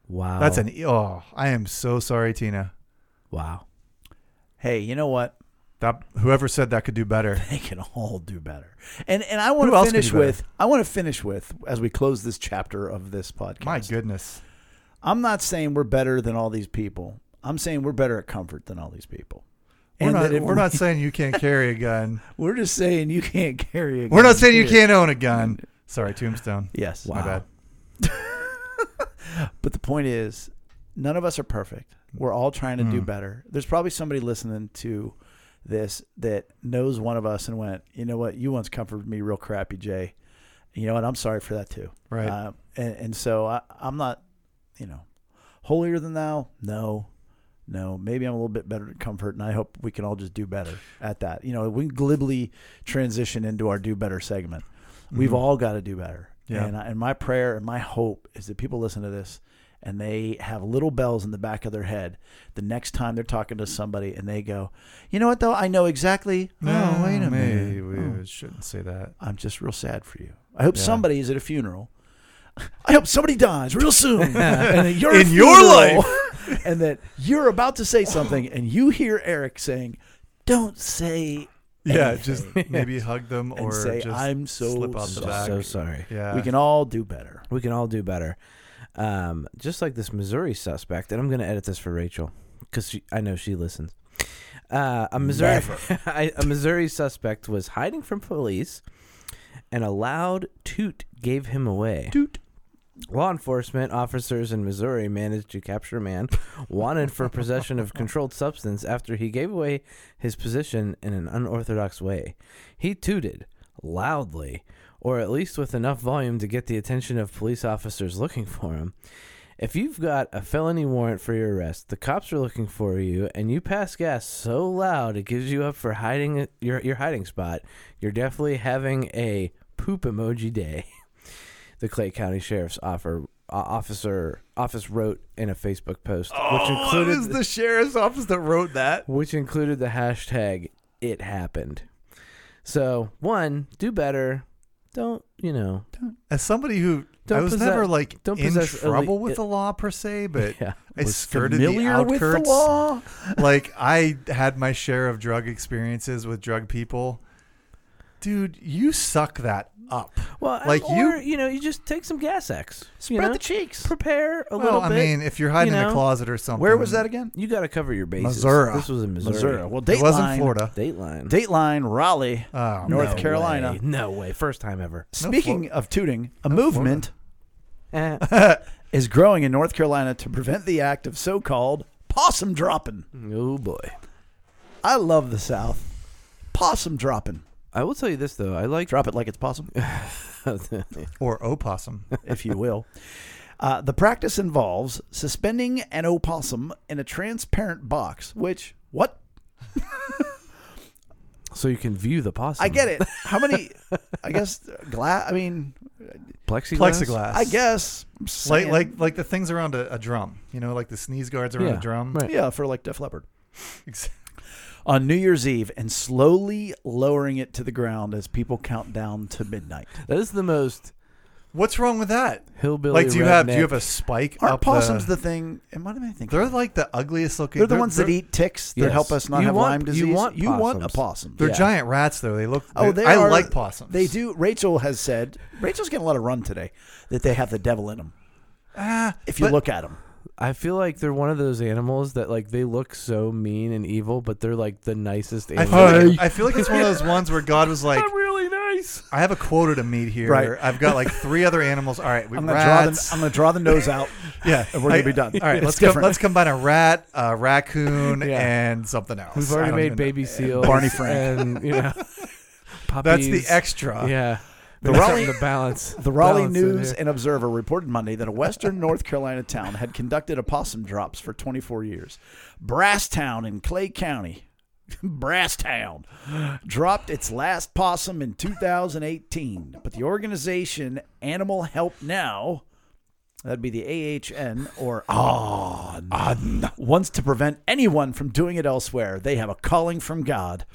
S1: wow.
S3: That's an e- oh. I am so sorry, Tina.
S1: wow.
S4: Hey, you know what?
S3: That whoever said that could do better.
S4: They can all do better. And and I want
S3: Who else
S4: to
S3: could
S4: finish
S3: do better?
S4: with I want to finish with as we close this chapter of this podcast.
S3: My goodness.
S4: I'm not saying we're better than all these people. I'm saying we're better at comfort than all these people.
S3: We're
S4: And
S3: not,
S4: that if
S3: we're not saying you can't carry a gun.
S4: We're just saying you can't carry a
S3: We're
S4: gun
S3: not saying you
S4: here.
S3: can't own a gun. Sorry, Tombstone.
S4: Yes.
S3: My bad.
S4: But the point is, none of us are perfect. We're all trying to do better. There's probably somebody listening to this that knows one of us and went, you know what, you once comforted me real crappy, Jay. You know what, I'm sorry for that too.
S3: Right.
S4: Uh, and, and so I, I'm not, you know, holier than thou. No, no. Maybe I'm a little bit better at comfort, and I hope we can all just do better at that. You know, we can glibly transition into our do better segment. We've all got to do better.
S3: Mm-hmm. Yeah.
S4: And, I, and my prayer and my hope is that people listen to this and they have little bells in the back of their head the next time they're talking to somebody and they go, you know what, though? I know exactly. oh, wait a minute.
S3: maybe
S4: Oh.
S3: We shouldn't say that.
S4: I'm just real sad for you. I hope
S3: Yeah.
S4: somebody's at a funeral. I hope somebody dies real soon. and that you're
S3: In your
S4: life. and that you're about to say something and you hear Eric saying, Don't say
S3: Yeah, just maybe hug them
S4: And
S3: or
S4: say,
S3: just
S4: "I'm so
S3: slip out the
S4: sorry."
S3: back.
S1: So sorry.
S3: yeah.
S4: we can all do better.
S1: We can all do better. Um, just like this Missouri suspect, and I'm going to edit this for Rachel because I know she listens. Uh, a Missouri, I, a Missouri suspect was hiding from police, and a loud toot gave him away. Toot. Law enforcement officers in Missouri managed to capture a man wanted for possession of controlled substance after he gave away his position in an unorthodox way. He tooted loudly, or at least with enough volume to get the attention of police officers looking for him. If you've got a felony warrant for your arrest, the cops are looking for you, and you pass gas so loud it gives you up for hiding your your hiding spot, you're definitely having a poop emoji day. The Clay County Sheriff's offer, uh, officer office wrote in a Facebook post, which
S3: Oh, it
S1: included
S3: was the sheriff's office that wrote that.
S1: which included the hashtag it happened so one do better don't you know
S3: As somebody who
S1: Don't
S3: I was
S1: possess-
S3: never like
S1: don't
S3: in
S1: possess
S3: trouble
S1: elite-
S3: with the law per se, but
S1: yeah
S3: I
S4: Was
S3: skirted the
S4: familiar with the
S3: outskirts.
S4: law.
S3: like I had my share of drug experiences with drug people. Dude, you suck that up.
S1: well like
S3: Like you-
S1: you you know you just take some gas x you
S4: Spread
S1: know?
S4: the cheeks.
S1: prepare a
S3: well,
S1: little
S3: I
S1: bit
S3: mean, if you're hiding in a
S1: know?
S3: closet or something,
S4: Where was that again?
S1: you got to cover your bases
S3: Missouri.
S1: this was in missouri,
S4: Missouri. Well, Dateline.
S3: It wasn't Florida.
S1: dateline
S4: Dateline, Raleigh.
S3: Oh,
S4: North
S3: no.
S4: Carolina.
S1: way. no way first time ever
S4: Speaking of tooting, a movement
S1: Eh.
S4: is growing in North Carolina to prevent the act of so called possum dropping.
S1: oh boy
S4: I love the South. Possum dropping.
S1: i will tell you this though i like
S4: Drop it like it's possum,
S3: or opossum.
S4: if you will. Uh, the practice involves suspending an opossum in a transparent box, which, what?
S1: so you can view the possum
S4: I get it. How many, I guess, glass, I mean,
S1: plexiglass
S3: Plexiglass.
S4: I guess. I'm
S3: Like
S4: saying-
S3: like like the things around a, a drum. You know, like the sneeze guards around
S1: yeah
S3: a drum.
S1: right.
S4: Yeah, for like Def Leppard.
S3: Ex-
S4: On New Year's Eve and slowly lowering it to the ground as people count down to midnight.
S1: that is the most
S3: What's wrong with that?
S1: hillbilly
S3: Like do you have do you
S1: redneck-
S3: have a spike
S4: Aren't
S3: up uh,
S4: possums
S3: the,
S4: the, thing? It might have been thinking.
S3: They're like the ugliest looking.
S4: They're the ones that
S3: they're-
S4: eat ticks that
S1: Yes.
S4: help us not
S1: You
S4: have
S1: want-
S4: Lyme
S1: you
S4: disease.
S1: want
S4: you want a
S1: possums.
S4: possum.
S3: They're
S1: Yeah.
S3: giant rats though. They look
S4: Oh,
S3: they,
S4: they
S3: I
S4: are-
S3: like possums.
S4: They do. Rachel has said Rachel's getting a lot of run today that they have the devil in them.
S3: Ah,
S4: If you
S3: but-
S4: look at them,
S1: I feel like they're one of those animals that like they look so mean and evil, but they're like the nicest
S3: I
S1: animals.
S3: feel, like, I feel like it's one of those ones where God was like,
S1: really nice.
S3: I have a quota to meet here.
S4: Right.
S3: I've got like three other animals. All right, we
S4: I'm gonna draw the,
S3: rats.
S4: I'm gonna draw the nose out.
S3: yeah,
S4: and we're gonna
S3: I-
S4: be done.
S3: All right,
S4: It's
S3: let's com-
S4: different.
S3: let's combine a rat, a raccoon,
S1: Yeah.
S3: and something else.
S1: We've
S3: I
S1: already
S3: don't
S1: made
S3: even know.
S1: baby seals,
S4: Barney Frank.
S1: and you know,
S3: That's
S1: puppies.
S3: the extra.
S1: Yeah,
S4: The
S1: Maybe
S4: Raleigh-
S1: something to balance.
S4: The Raleigh
S1: balance in
S4: News
S1: here.
S4: and Observer reported Monday that a western North Carolina town had conducted opossum drops for 24 years. Brasstown in Clay County Brasstown dropped its last possum in 2018, but the organization Animal Help Now, that'd be the AHN or AHN, wants to prevent anyone from doing it elsewhere. They have a calling from God.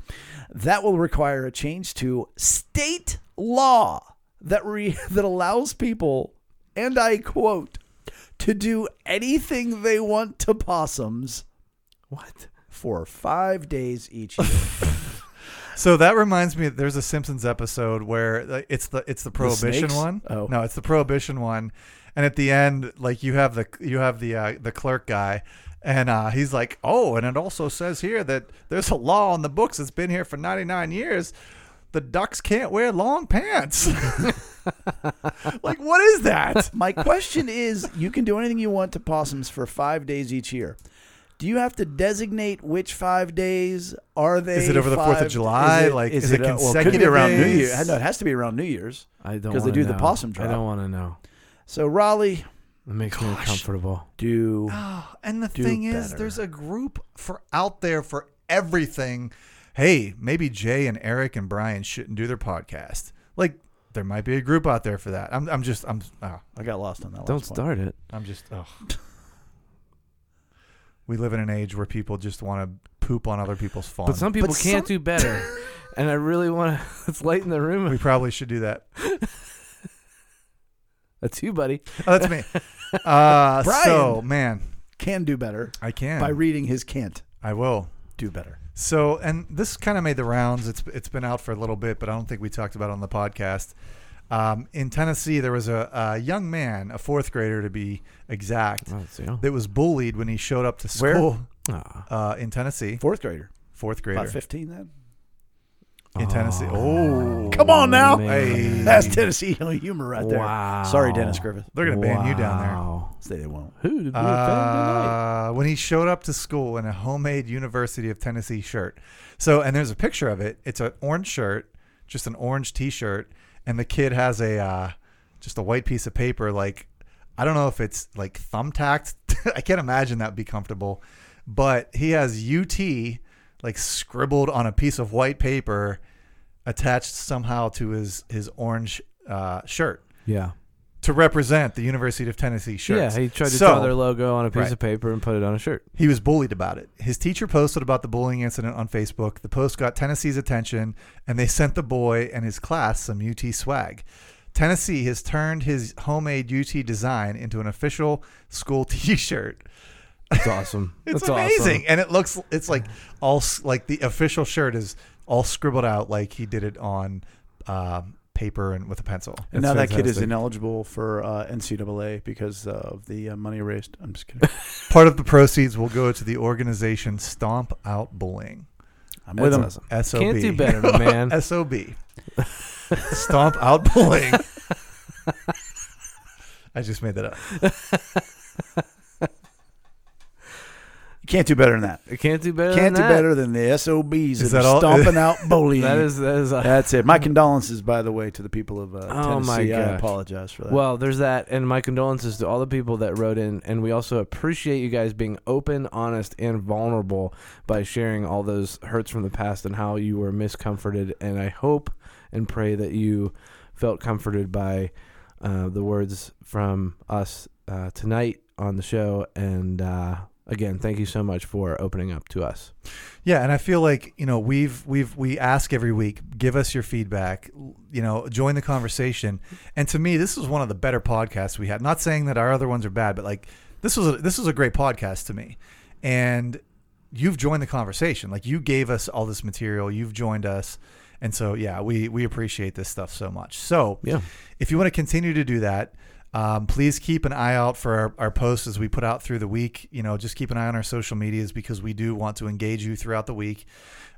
S4: That will require a change to state law that re- that allows people, and I quote, to do anything they want to possums
S1: What?
S4: for five days each year.
S3: So that reminds me, there's a Simpsons episode where like, it's the it's the prohibition
S4: snakes?
S3: one.
S4: Oh.
S3: no, it's the prohibition one, and at the end, like you have the you have the uh, the clerk guy, and uh, he's like, oh, and it also says here that there's a law on the books that's been here for 99 years. The ducks can't wear long pants. like, what is that?
S4: My question is you can do anything you want to possums for five days each year. Do you have to designate which five days are they?
S3: Is it over the 4th of
S4: five-
S3: July? Like, is it
S4: uh, well, could be
S3: consecutive
S4: around New
S3: days?
S4: Year's. No, it has to be around New Year's.
S1: I don't
S4: 'Cause they
S1: wanna
S4: do the
S1: know.
S4: possum
S1: I
S4: drop.
S1: don't want to know.
S4: So, Raleigh,
S1: It makes me uncomfortable.
S4: do
S3: Ah. And the
S4: do
S3: thing is,
S4: better.
S3: there's a group for out there for everything. Hey, maybe Jay and Eric and Brian shouldn't do their podcast. Like there might be a group out there for that. I'm, I'm just, I'm, oh,
S4: I got lost on that.
S1: Don't
S4: last one.
S1: start it.
S3: I'm just, oh. we live in an age where people just want to poop on other people's fun.
S1: But some people
S4: But
S1: can't
S4: some-
S1: do better. and I really want to. It's light in the room.
S3: we probably should do that.
S1: That's you, buddy.
S3: Oh, that's me. Uh,
S4: Brian.
S3: so man,
S4: Can do better
S3: I can.
S4: by reading his can't
S3: I will.
S4: do better.
S3: So, and this kind of made the rounds. It's it's been out for a little bit, but I don't think we talked about it on the podcast. Um, in Tennessee, there was a, a young man, a fourth grader to be exact,
S1: Oh, it's you.
S3: that was bullied when he showed up to
S4: Where?
S3: school
S1: Aw.
S3: Uh, in Tennessee.
S4: Fourth grader,
S3: Fourth
S4: about
S3: grader
S4: 15 then.
S3: in Tennessee.
S1: Aw.
S3: Oh,
S4: Come on now.
S1: Man.
S4: That's Tennessee humor right there.
S1: Wow.
S4: Sorry, Dennis Griffith.
S3: they're gonna ban you down there.
S1: Wow.
S4: Say they won't.
S1: Who did we offend tonight?
S3: Uh, when he showed up to school in a homemade University of Tennessee shirt. So, and there's a picture of it. It's an orange shirt, just an orange T-shirt, and the kid has a uh, just a white piece of paper. Like I don't know if it's like thumbtacked. I can't imagine that would be comfortable, but he has UT like scribbled on a piece of white paper, attached somehow to his his orange uh, shirt
S1: Yeah.
S3: to represent the University of Tennessee shirt.
S1: Yeah, he tried to
S3: So-
S1: draw their logo on a piece
S3: Right.
S1: of paper and put it on a shirt.
S3: he was bullied about it. His teacher posted about the bullying incident on Facebook. The post got Tennessee's attention, and they sent the boy and his class some UT swag. Tennessee has turned his homemade UT design into an official school T-shirt.
S1: It's awesome.
S3: It's
S1: That's
S3: amazing,
S1: Awesome.
S3: and it looks it's like all s- like the official shirt is all scribbled out like he did it on um, paper and with a pencil.
S4: And now
S1: That's
S4: that kid is
S1: fantastic.
S4: ineligible for uh, NCAA because of the uh, money raised. I'm just kidding.
S3: Part of the proceeds will go to the organization Stomp Out Bullying.
S4: I'm with
S1: That's
S4: him.
S1: awesome.
S3: SOB.
S1: Can't do better, my man.
S3: SOB. Stomp out bullying. I just made that up.
S4: You can't do better than that.
S1: It can't do better.
S4: Can't do
S1: than that.
S4: better than the SOBs
S3: Is
S4: that,
S3: that
S4: are
S3: all-
S4: stomping out bullying.
S1: That is that is. Uh,
S4: That's it. My condolences, by the way, to the people of uh,
S1: Oh,
S4: Tennessee.
S1: my
S4: I
S1: gosh.
S4: apologize for that.
S1: well, there's that, and my condolences to all the people that wrote in, and we also appreciate you guys being open, honest, and vulnerable by sharing all those hurts from the past and how you were miscomforted. And I hope and pray that you felt comforted by uh, the words from us uh, tonight on the show. And uh, again, thank you so much for opening up to us.
S3: Yeah, and I feel like, you know, we've we've we ask every week, give us your feedback, you know, join the conversation. And to me, this is one of the better podcasts we had. Not saying that our other ones are bad, but like this was a, this was a great podcast to me. And you've joined the conversation. Like you gave us all this material, you've joined us. And so, yeah, we we appreciate this stuff so much. So,
S1: Yeah.
S3: If you want to continue to do that, um, please keep an eye out for our, our posts as we put out through the week. You know, just keep an eye on our social medias because we do want to engage you throughout the week.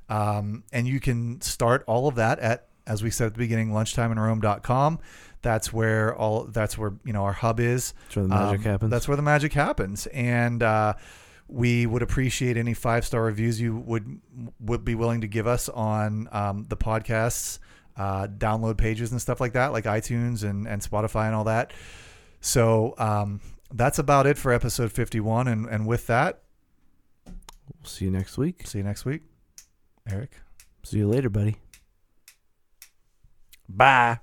S3: Um, and you can start all of that at, as we said at the beginning, lunchtimeinrome.com. That's where all that's where you know our hub is.
S1: That's where the magic
S3: Um,
S1: happens.
S3: That's where the magic happens, and uh, we would appreciate any five star reviews you would would be willing to give us on um, the podcasts, uh, download pages, and stuff like that, like iTunes and and Spotify and all that. So um, that's about it for episode fifty one, and and with that,
S1: We'll see you next week.
S3: see you next week. Eric.
S1: See you later, buddy.
S4: Bye.